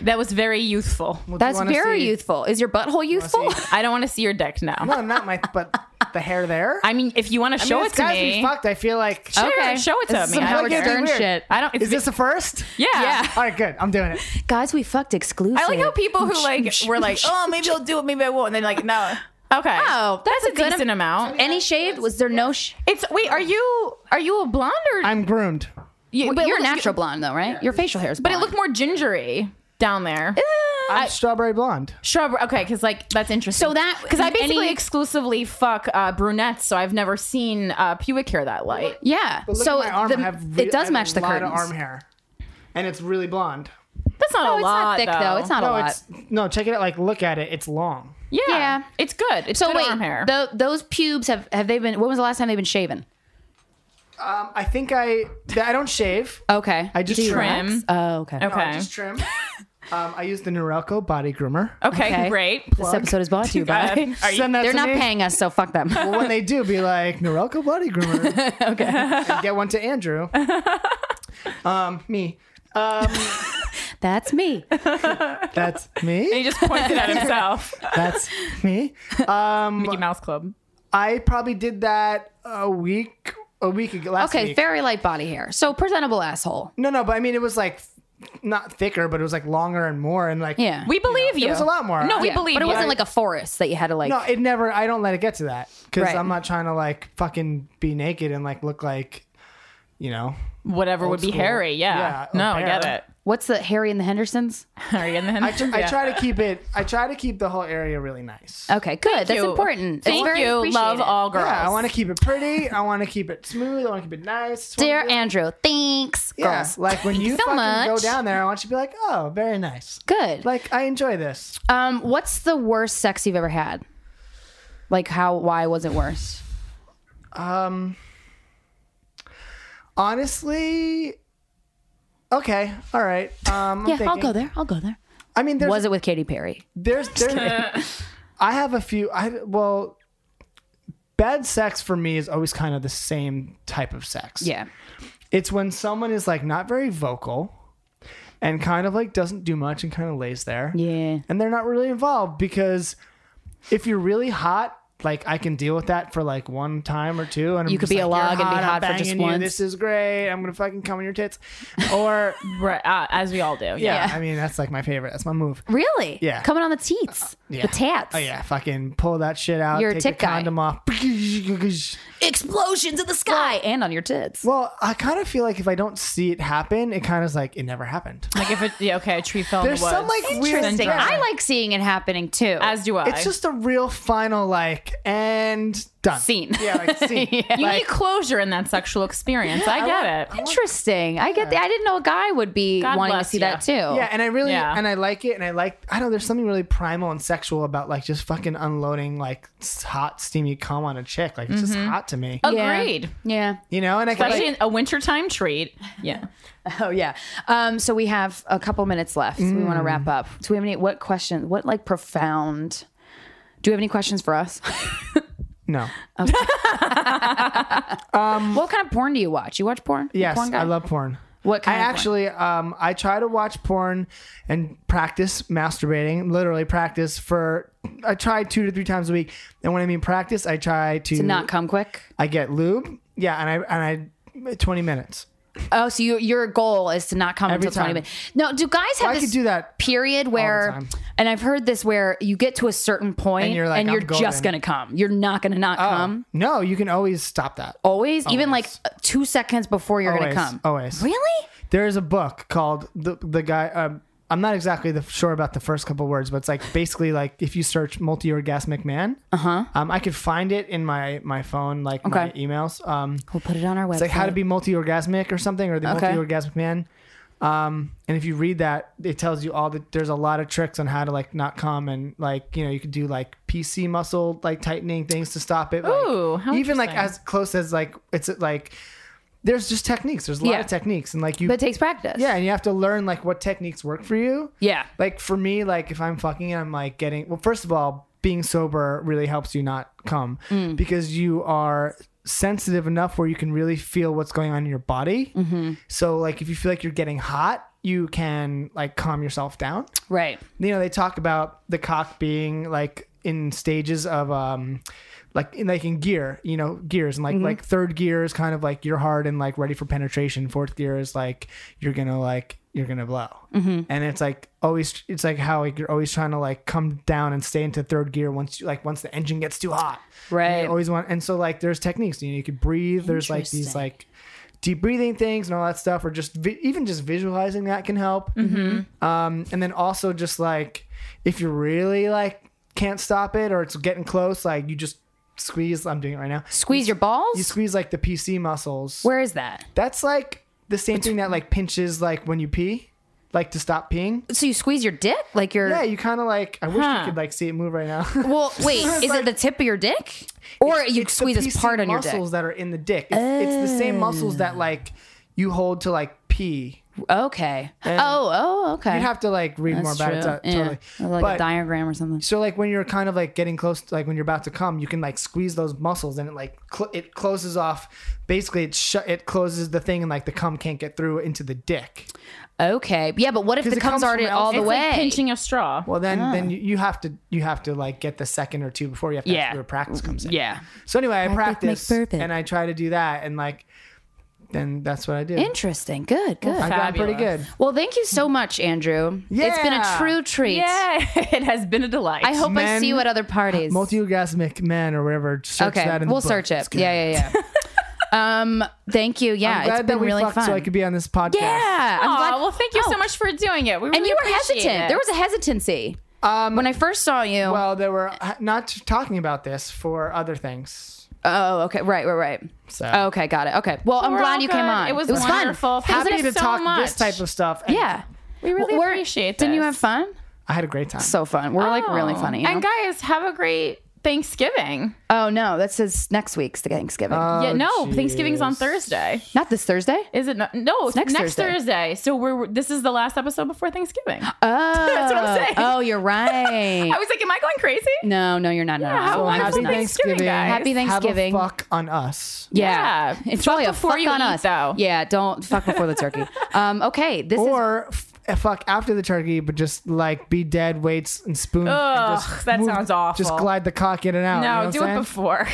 S1: That was very youthful.
S4: Well, do you
S2: That's
S4: wanna
S2: very
S4: see-
S2: youthful. Is your butthole youthful?
S4: see?
S1: I don't want to see your dick now.
S4: no not my but the hair there
S1: I mean, if you want to show
S4: mean,
S1: it
S4: it's
S1: to
S4: gotta be
S1: me,
S4: fucked i feel like
S1: sure,
S2: Okay.
S1: show it to
S2: This is
S1: me.
S2: some
S1: I don't
S2: Howard
S4: fucking
S1: care.
S2: Stern
S4: weird.
S2: shit.
S1: I don't.
S4: is this the first
S1: Yeah.
S2: Yeah.
S4: all right good i'm doing it
S2: Guys, we fucked exclusive.
S1: I like how people who like were like, oh, maybe I'll do it, maybe I won't. And then like, no. Okay.
S2: Oh, that's a
S1: a
S2: good
S1: decent
S2: am-
S1: amount.
S2: Any shaved? Was there no? Sh-
S1: It's wait, are you are you a blonde or
S4: i'm groomed
S1: you,
S2: but
S1: it
S2: you're
S1: looked-
S2: natural blonde though, right? Your facial hair is.
S1: But it
S2: blonde. Uh,
S1: looked more gingery down there.
S4: i'm strawberry blonde
S1: Shrub. Okay, because like that's interesting.
S2: So that-
S1: because I basically
S2: any-
S1: exclusively fuck uh, brunettes, so I've never seen uh, pubic hair that light.
S2: Yeah.
S4: But look
S2: so
S4: at my arm.
S2: the-
S4: I have re-
S2: it
S4: I
S2: does
S4: have
S2: match the
S4: a lot
S2: curtains.
S4: of arm hair, and it's really blonde.
S1: That's not
S2: No,
S1: a
S2: Oh, it's
S1: lot.
S2: not thick though. It's not a
S4: No,
S2: lot.
S4: it's no. Check it out. Like, look at it. It's long.
S1: Yeah,
S2: Yeah.
S1: it's good. It's
S2: so
S1: good
S2: wait,
S1: arm hair.
S2: tho- those pubes have have they been? When was the last time they've been shaven?
S4: Um, I think I. I don't shave.
S2: Okay.
S4: I just
S2: Do you
S4: trim.
S2: relax? Oh, okay.
S1: okay.
S4: I just trim. Um, I use the Norelco body groomer.
S1: Okay, great.
S2: This episode is brought to you by.
S1: Uh, are you-
S4: Send that
S2: They're
S4: to
S2: not
S4: me.
S2: paying us, so fuck them.
S4: Well, when they do, be like Norelco body groomer. okay, and get one to Andrew. Um, me.
S2: That's me.
S4: That's
S1: he
S4: me.
S1: just pointed at himself.
S4: That's me. Uh,
S1: Mickey Mouse Club.
S4: I probably did that a week, a week ago. Last
S2: Okay,
S4: week.
S2: very light body hair. So presentable asshole.
S4: No, no, but I mean, it was like not thicker, but it was like longer and more, and like
S2: Yeah.
S1: We believe you.
S4: It was a lot more.
S1: No, we
S2: Yeah,
S1: believe
S2: But it
S1: you.
S2: wasn't like a forest that you had to like.
S4: No, it never. I don't let it get to that because
S2: Right.
S4: I'm not trying to like fucking be naked and like look like, you know,
S1: whatever would be
S4: school.
S1: hairy. Yeah.
S4: Yeah,
S1: no, I
S4: or
S1: get
S4: pear.
S1: it.
S2: What's the Harry and the Hendersons?
S1: Harry and the
S4: I, tr-
S1: Hendersons,
S4: I
S1: yeah.
S4: try to keep it. I try to keep the whole area really nice.
S2: Okay, good. That's
S1: you.
S2: important.
S1: Thank
S2: it's very
S1: you. Love
S2: appreciated.
S1: all girls.
S4: Yeah, I want to keep it pretty. I want to keep it smooth. I want to keep it nice. Just wanna
S2: Dear
S4: be like-
S2: Andrew, thanks,
S4: yeah,
S2: girls.
S4: like when you
S2: so
S4: fucking go
S2: much.
S4: down there, I want you to be like, oh, very nice.
S2: Good.
S4: Like I enjoy this.
S2: Um, what's the worst sex you've ever had? Like how? Why was it worse?
S4: Honestly, okay, all right. Um, I'm
S2: yeah, I'll
S4: thinking.
S2: go there. I'll go there.
S4: I mean, there's
S2: Was it with Katy Perry?
S4: There's, there's I have a few. I well, bad sex for me is always kind of the same type of sex.
S2: Yeah.
S4: it's when someone is like not very vocal, and kind of like doesn't do much and kind of lays there.
S2: Yeah.
S4: and they're not really involved because if you're really hot. Like I can deal with that for like one time or two, and I'm
S2: You could
S4: just
S2: be
S4: like,
S2: a log
S4: "You're
S2: and be
S4: I'm
S2: hot for just
S4: banging you.
S2: once."
S4: This is great. I'm gonna fucking come on your tits, or
S1: Right, uh, as we all do. Yeah.
S4: yeah.
S2: Yeah.
S4: I mean that's like my favorite. That's my move.
S2: Really?
S4: Yeah.
S2: Coming on the teats.
S4: yeah.
S2: The tats.
S4: Oh yeah, fucking pull that shit out.
S2: You're a
S4: take
S2: tit
S4: the
S2: guy.
S4: condom off.
S2: Explosions in the sky and on your tits.
S4: Well, I kind of feel like if I don't see it happen, it kind of is like it never happened.
S1: Like if it, yeah, okay, a tree fell
S4: There's
S1: in the woods.
S4: some like weird.
S1: Interesting.
S4: Yeah.
S2: I like seeing it happening too.
S1: as do I.
S4: It's just a real final like and done
S2: Scene.
S4: Yeah, like scene.
S1: you need closure in that sexual experience. I get it.
S2: Interesting. I get. The, I didn't know a guy would be
S1: God
S2: wanting to
S1: bless
S2: see
S1: ya.
S2: that too.
S4: Yeah, and I really
S1: Yeah.
S4: and I like it, and I like I don't. know, There's something really primal and sexual about like just fucking unloading like s- hot steamy cum on a chick. Like it's just
S2: Mm-hmm.
S4: hot to me,
S2: Yeah.
S1: Agreed.
S2: Yeah.
S4: you know. And I can,
S1: Especially
S4: like,
S1: in a wintertime treat. Yeah.
S2: Oh yeah. Um, so we have a couple minutes left. We want to wrap up. Do we have any? What question? What like profound? Do you have any questions for us?
S4: no,
S2: what kind of porn do you watch? You watch porn? You a
S4: yes,
S2: porn guy?
S4: I love porn.
S2: What
S4: I
S2: kind? of porn?
S4: actually, um, I try to watch porn and practice masturbating. Literally practice for. I try two to three times a week, and when I mean practice, I try to,
S2: not come quick.
S4: I get lube, yeah, and I and I uh, twenty minutes.
S2: Oh, so you, your goal is to not come
S4: Every
S2: until twenty
S4: time. Oh,
S2: minutes. No, do guys have
S4: I
S2: this
S4: could do that
S2: period where?
S4: time.
S2: And I've heard this where you get to a certain point
S4: And you're like,
S2: and
S4: "I'm
S2: you're just
S4: golden."
S2: gonna
S4: Oh.
S2: come. You're not gonna not come.
S4: No, you can always stop that.
S2: Always, even like uh, two seconds before you're
S4: Always,
S2: gonna come.
S4: always.
S2: Really?
S4: There is a book called the the guy. Um, I'm not exactly the, sure about the first couple words, but it's like basically like if you search multi-orgasmic man, uh-huh. um, I could find it in my my phone, like my
S2: Okay.
S4: emails. Um,
S2: We'll put it on our website.
S4: It's like how to be multi-orgasmic or something, or the
S2: Okay.
S4: multi-orgasmic man. Um, and if you read that, it tells you all the there's a lot of tricks on how to like not come and like you know you could do like PC muscle like tightening things to stop it. like,
S1: Ooh, how
S4: even like as
S1: interesting.
S4: close as like it's like there's just techniques. There's a lot
S2: Yeah.
S4: of techniques and like you
S2: But it takes practice.
S4: yeah, and you have to learn like what techniques work for you.
S2: Yeah.
S4: Like for me, like if I'm fucking, I'm like getting well. First of all, being sober really helps you not come because you are sensitive enough where you can really feel what's going on in your body. So like if you feel like you're getting hot, you can like calm yourself down.
S2: Right.
S4: You know, they talk about the cock being like in stages of um like in like in gear, you know, gears and like like third gear is kind of like you're hard and like ready for penetration. Fourth gear is like you're gonna like you're gonna blow, and it's like always it's like how like you're always trying to like come down and stay into third gear once you like once the engine gets too hot.
S2: Right.
S4: And you always want and so like there's techniques you know you could breathe. There's like these
S2: Interesting.
S4: like deep breathing things and all that stuff, or just vi- even just visualizing that can help.
S2: Mm-hmm.
S4: Um, and then also just like if you really like can't stop it or it's getting close, like you just squeeze. I'm doing it right now.
S2: Squeeze your balls.
S4: You squeeze like the PC muscles.
S2: Where is that?
S4: That's like the same thing that like pinches like when you pee, like to stop peeing.
S2: So you squeeze your dick? Like your
S4: Yeah, you kind of like. I wish
S1: Huh.
S4: you could like see it move right now.
S2: Well, wait,
S4: It's
S2: is
S4: like-
S2: it the tip of your dick? Or you
S4: It's the
S2: squeeze this
S4: PC
S2: part on your dick?
S4: muscles that are in the dick. It's, it's the same muscles that like you hold to like pee.
S2: Okay. oh, oh, okay.
S4: You'd have to like read more
S2: That's
S4: about
S2: true.
S4: it. to- Totally.
S2: Yeah. Like a
S4: But-
S2: diagram or something.
S4: So like when you're kind of like getting close, to, like when you're about to come, you can like squeeze those muscles and it like cl- it closes off. Basically, it sh- it closes the thing and like the cum can't get through into the dick.
S2: Okay. Yeah, but what if
S4: 'Cause
S2: the
S4: it
S2: comes
S4: comes from
S2: already all the
S1: it's
S2: way?
S1: like pinching a straw.
S4: Well, then then you, you have to you have to like get the second or two before you have to
S2: Ah. Yeah.
S4: have where practice comes in.
S2: yeah.
S4: So anyway, I
S5: makes
S4: practice
S5: perfect.
S4: and I try to do that and like then that's what I do.
S2: Interesting. Good. Good.
S4: I got pretty
S1: Fabulous.
S4: good.
S2: well, thank you so much, Andrew. It's been a
S4: Yeah.
S2: true treat.
S1: Yeah, it has been a delight.
S2: I hope I
S4: Men-
S2: see you at other parties.
S4: Multi-orgasmic men or whatever. Search
S2: okay.
S4: that in the
S2: we'll
S4: book.
S2: search
S4: It's
S2: it.
S4: good.
S2: Yeah, yeah, yeah. um, thank you. Yeah,
S4: I'm glad
S2: it's
S4: that
S2: been
S4: we
S2: really
S4: fucked
S2: fun.
S4: so I could be on this podcast.
S2: yeah. I'm
S1: Aw,
S2: glad-
S1: well, thank you
S2: Oh,
S1: so much for doing it. We really
S2: And you were
S1: appreciate
S2: hesitant.
S1: it.
S2: There was a hesitancy.
S4: Um,
S2: when I first saw you.
S4: Well, they were uh, not talking about this for other things.
S2: oh, okay. Right, right, right.
S4: So
S2: Okay, got it. Okay. Well, I'm
S1: we're
S2: glad
S1: all
S2: you came
S1: good.
S2: on.
S1: It was
S2: fun.
S1: wonderful. Thank
S4: happy
S1: you
S4: to
S1: so
S4: talk
S1: much.
S4: this type of stuff. And
S2: Yeah.
S1: We really
S2: We're-
S1: appreciate
S2: Didn't you
S1: this.
S2: have fun?
S4: I had a great time.
S2: So fun. We're like really
S1: Oh.
S2: funny. you
S1: And
S2: know?
S1: guys, have a great Thanksgiving.
S2: oh no, that says next week's the Thanksgiving.
S4: Uh, Oh,
S1: yeah, no,
S4: geez.
S1: Thanksgiving's on Thursday.
S2: Not this Thursday.
S1: Is it not? No, it's
S2: next
S1: next,
S2: Thursday.
S1: Thursday. So we're this is the last episode before Thanksgiving.
S2: Oh,
S1: That's what I'm saying.
S2: Oh, you're right.
S1: I was like, am I going crazy?
S2: no, no, you're not. no,
S1: Yeah,
S2: no.
S4: So
S1: wonderful
S4: happy Thanksgiving.
S1: guys.
S2: Happy Thanksgiving.
S4: Have a fuck on us.
S2: Yeah.
S1: Yeah.
S2: It's
S1: Fuck
S2: probably a
S1: before
S2: fuck
S1: you
S2: on
S1: eat,
S2: us.
S1: though.
S2: Yeah, don't fuck before the turkey. Um, okay, this is
S4: Or f- a fuck after the turkey, but just like be dead, weights and spoon. and
S1: Ugh,
S4: just
S1: that sounds awful.
S4: Just glide the cock in and out. you know
S1: No,
S4: what I'm
S1: do
S4: saying?
S1: it before.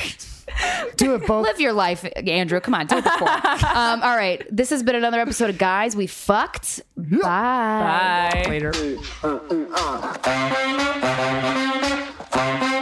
S4: Do it both.
S2: live your life, Andrew. Come on, do it before. um, all right, this has been another episode of Guys We Fucked. Bye.
S1: Bye.
S4: Later.
S3: Bye.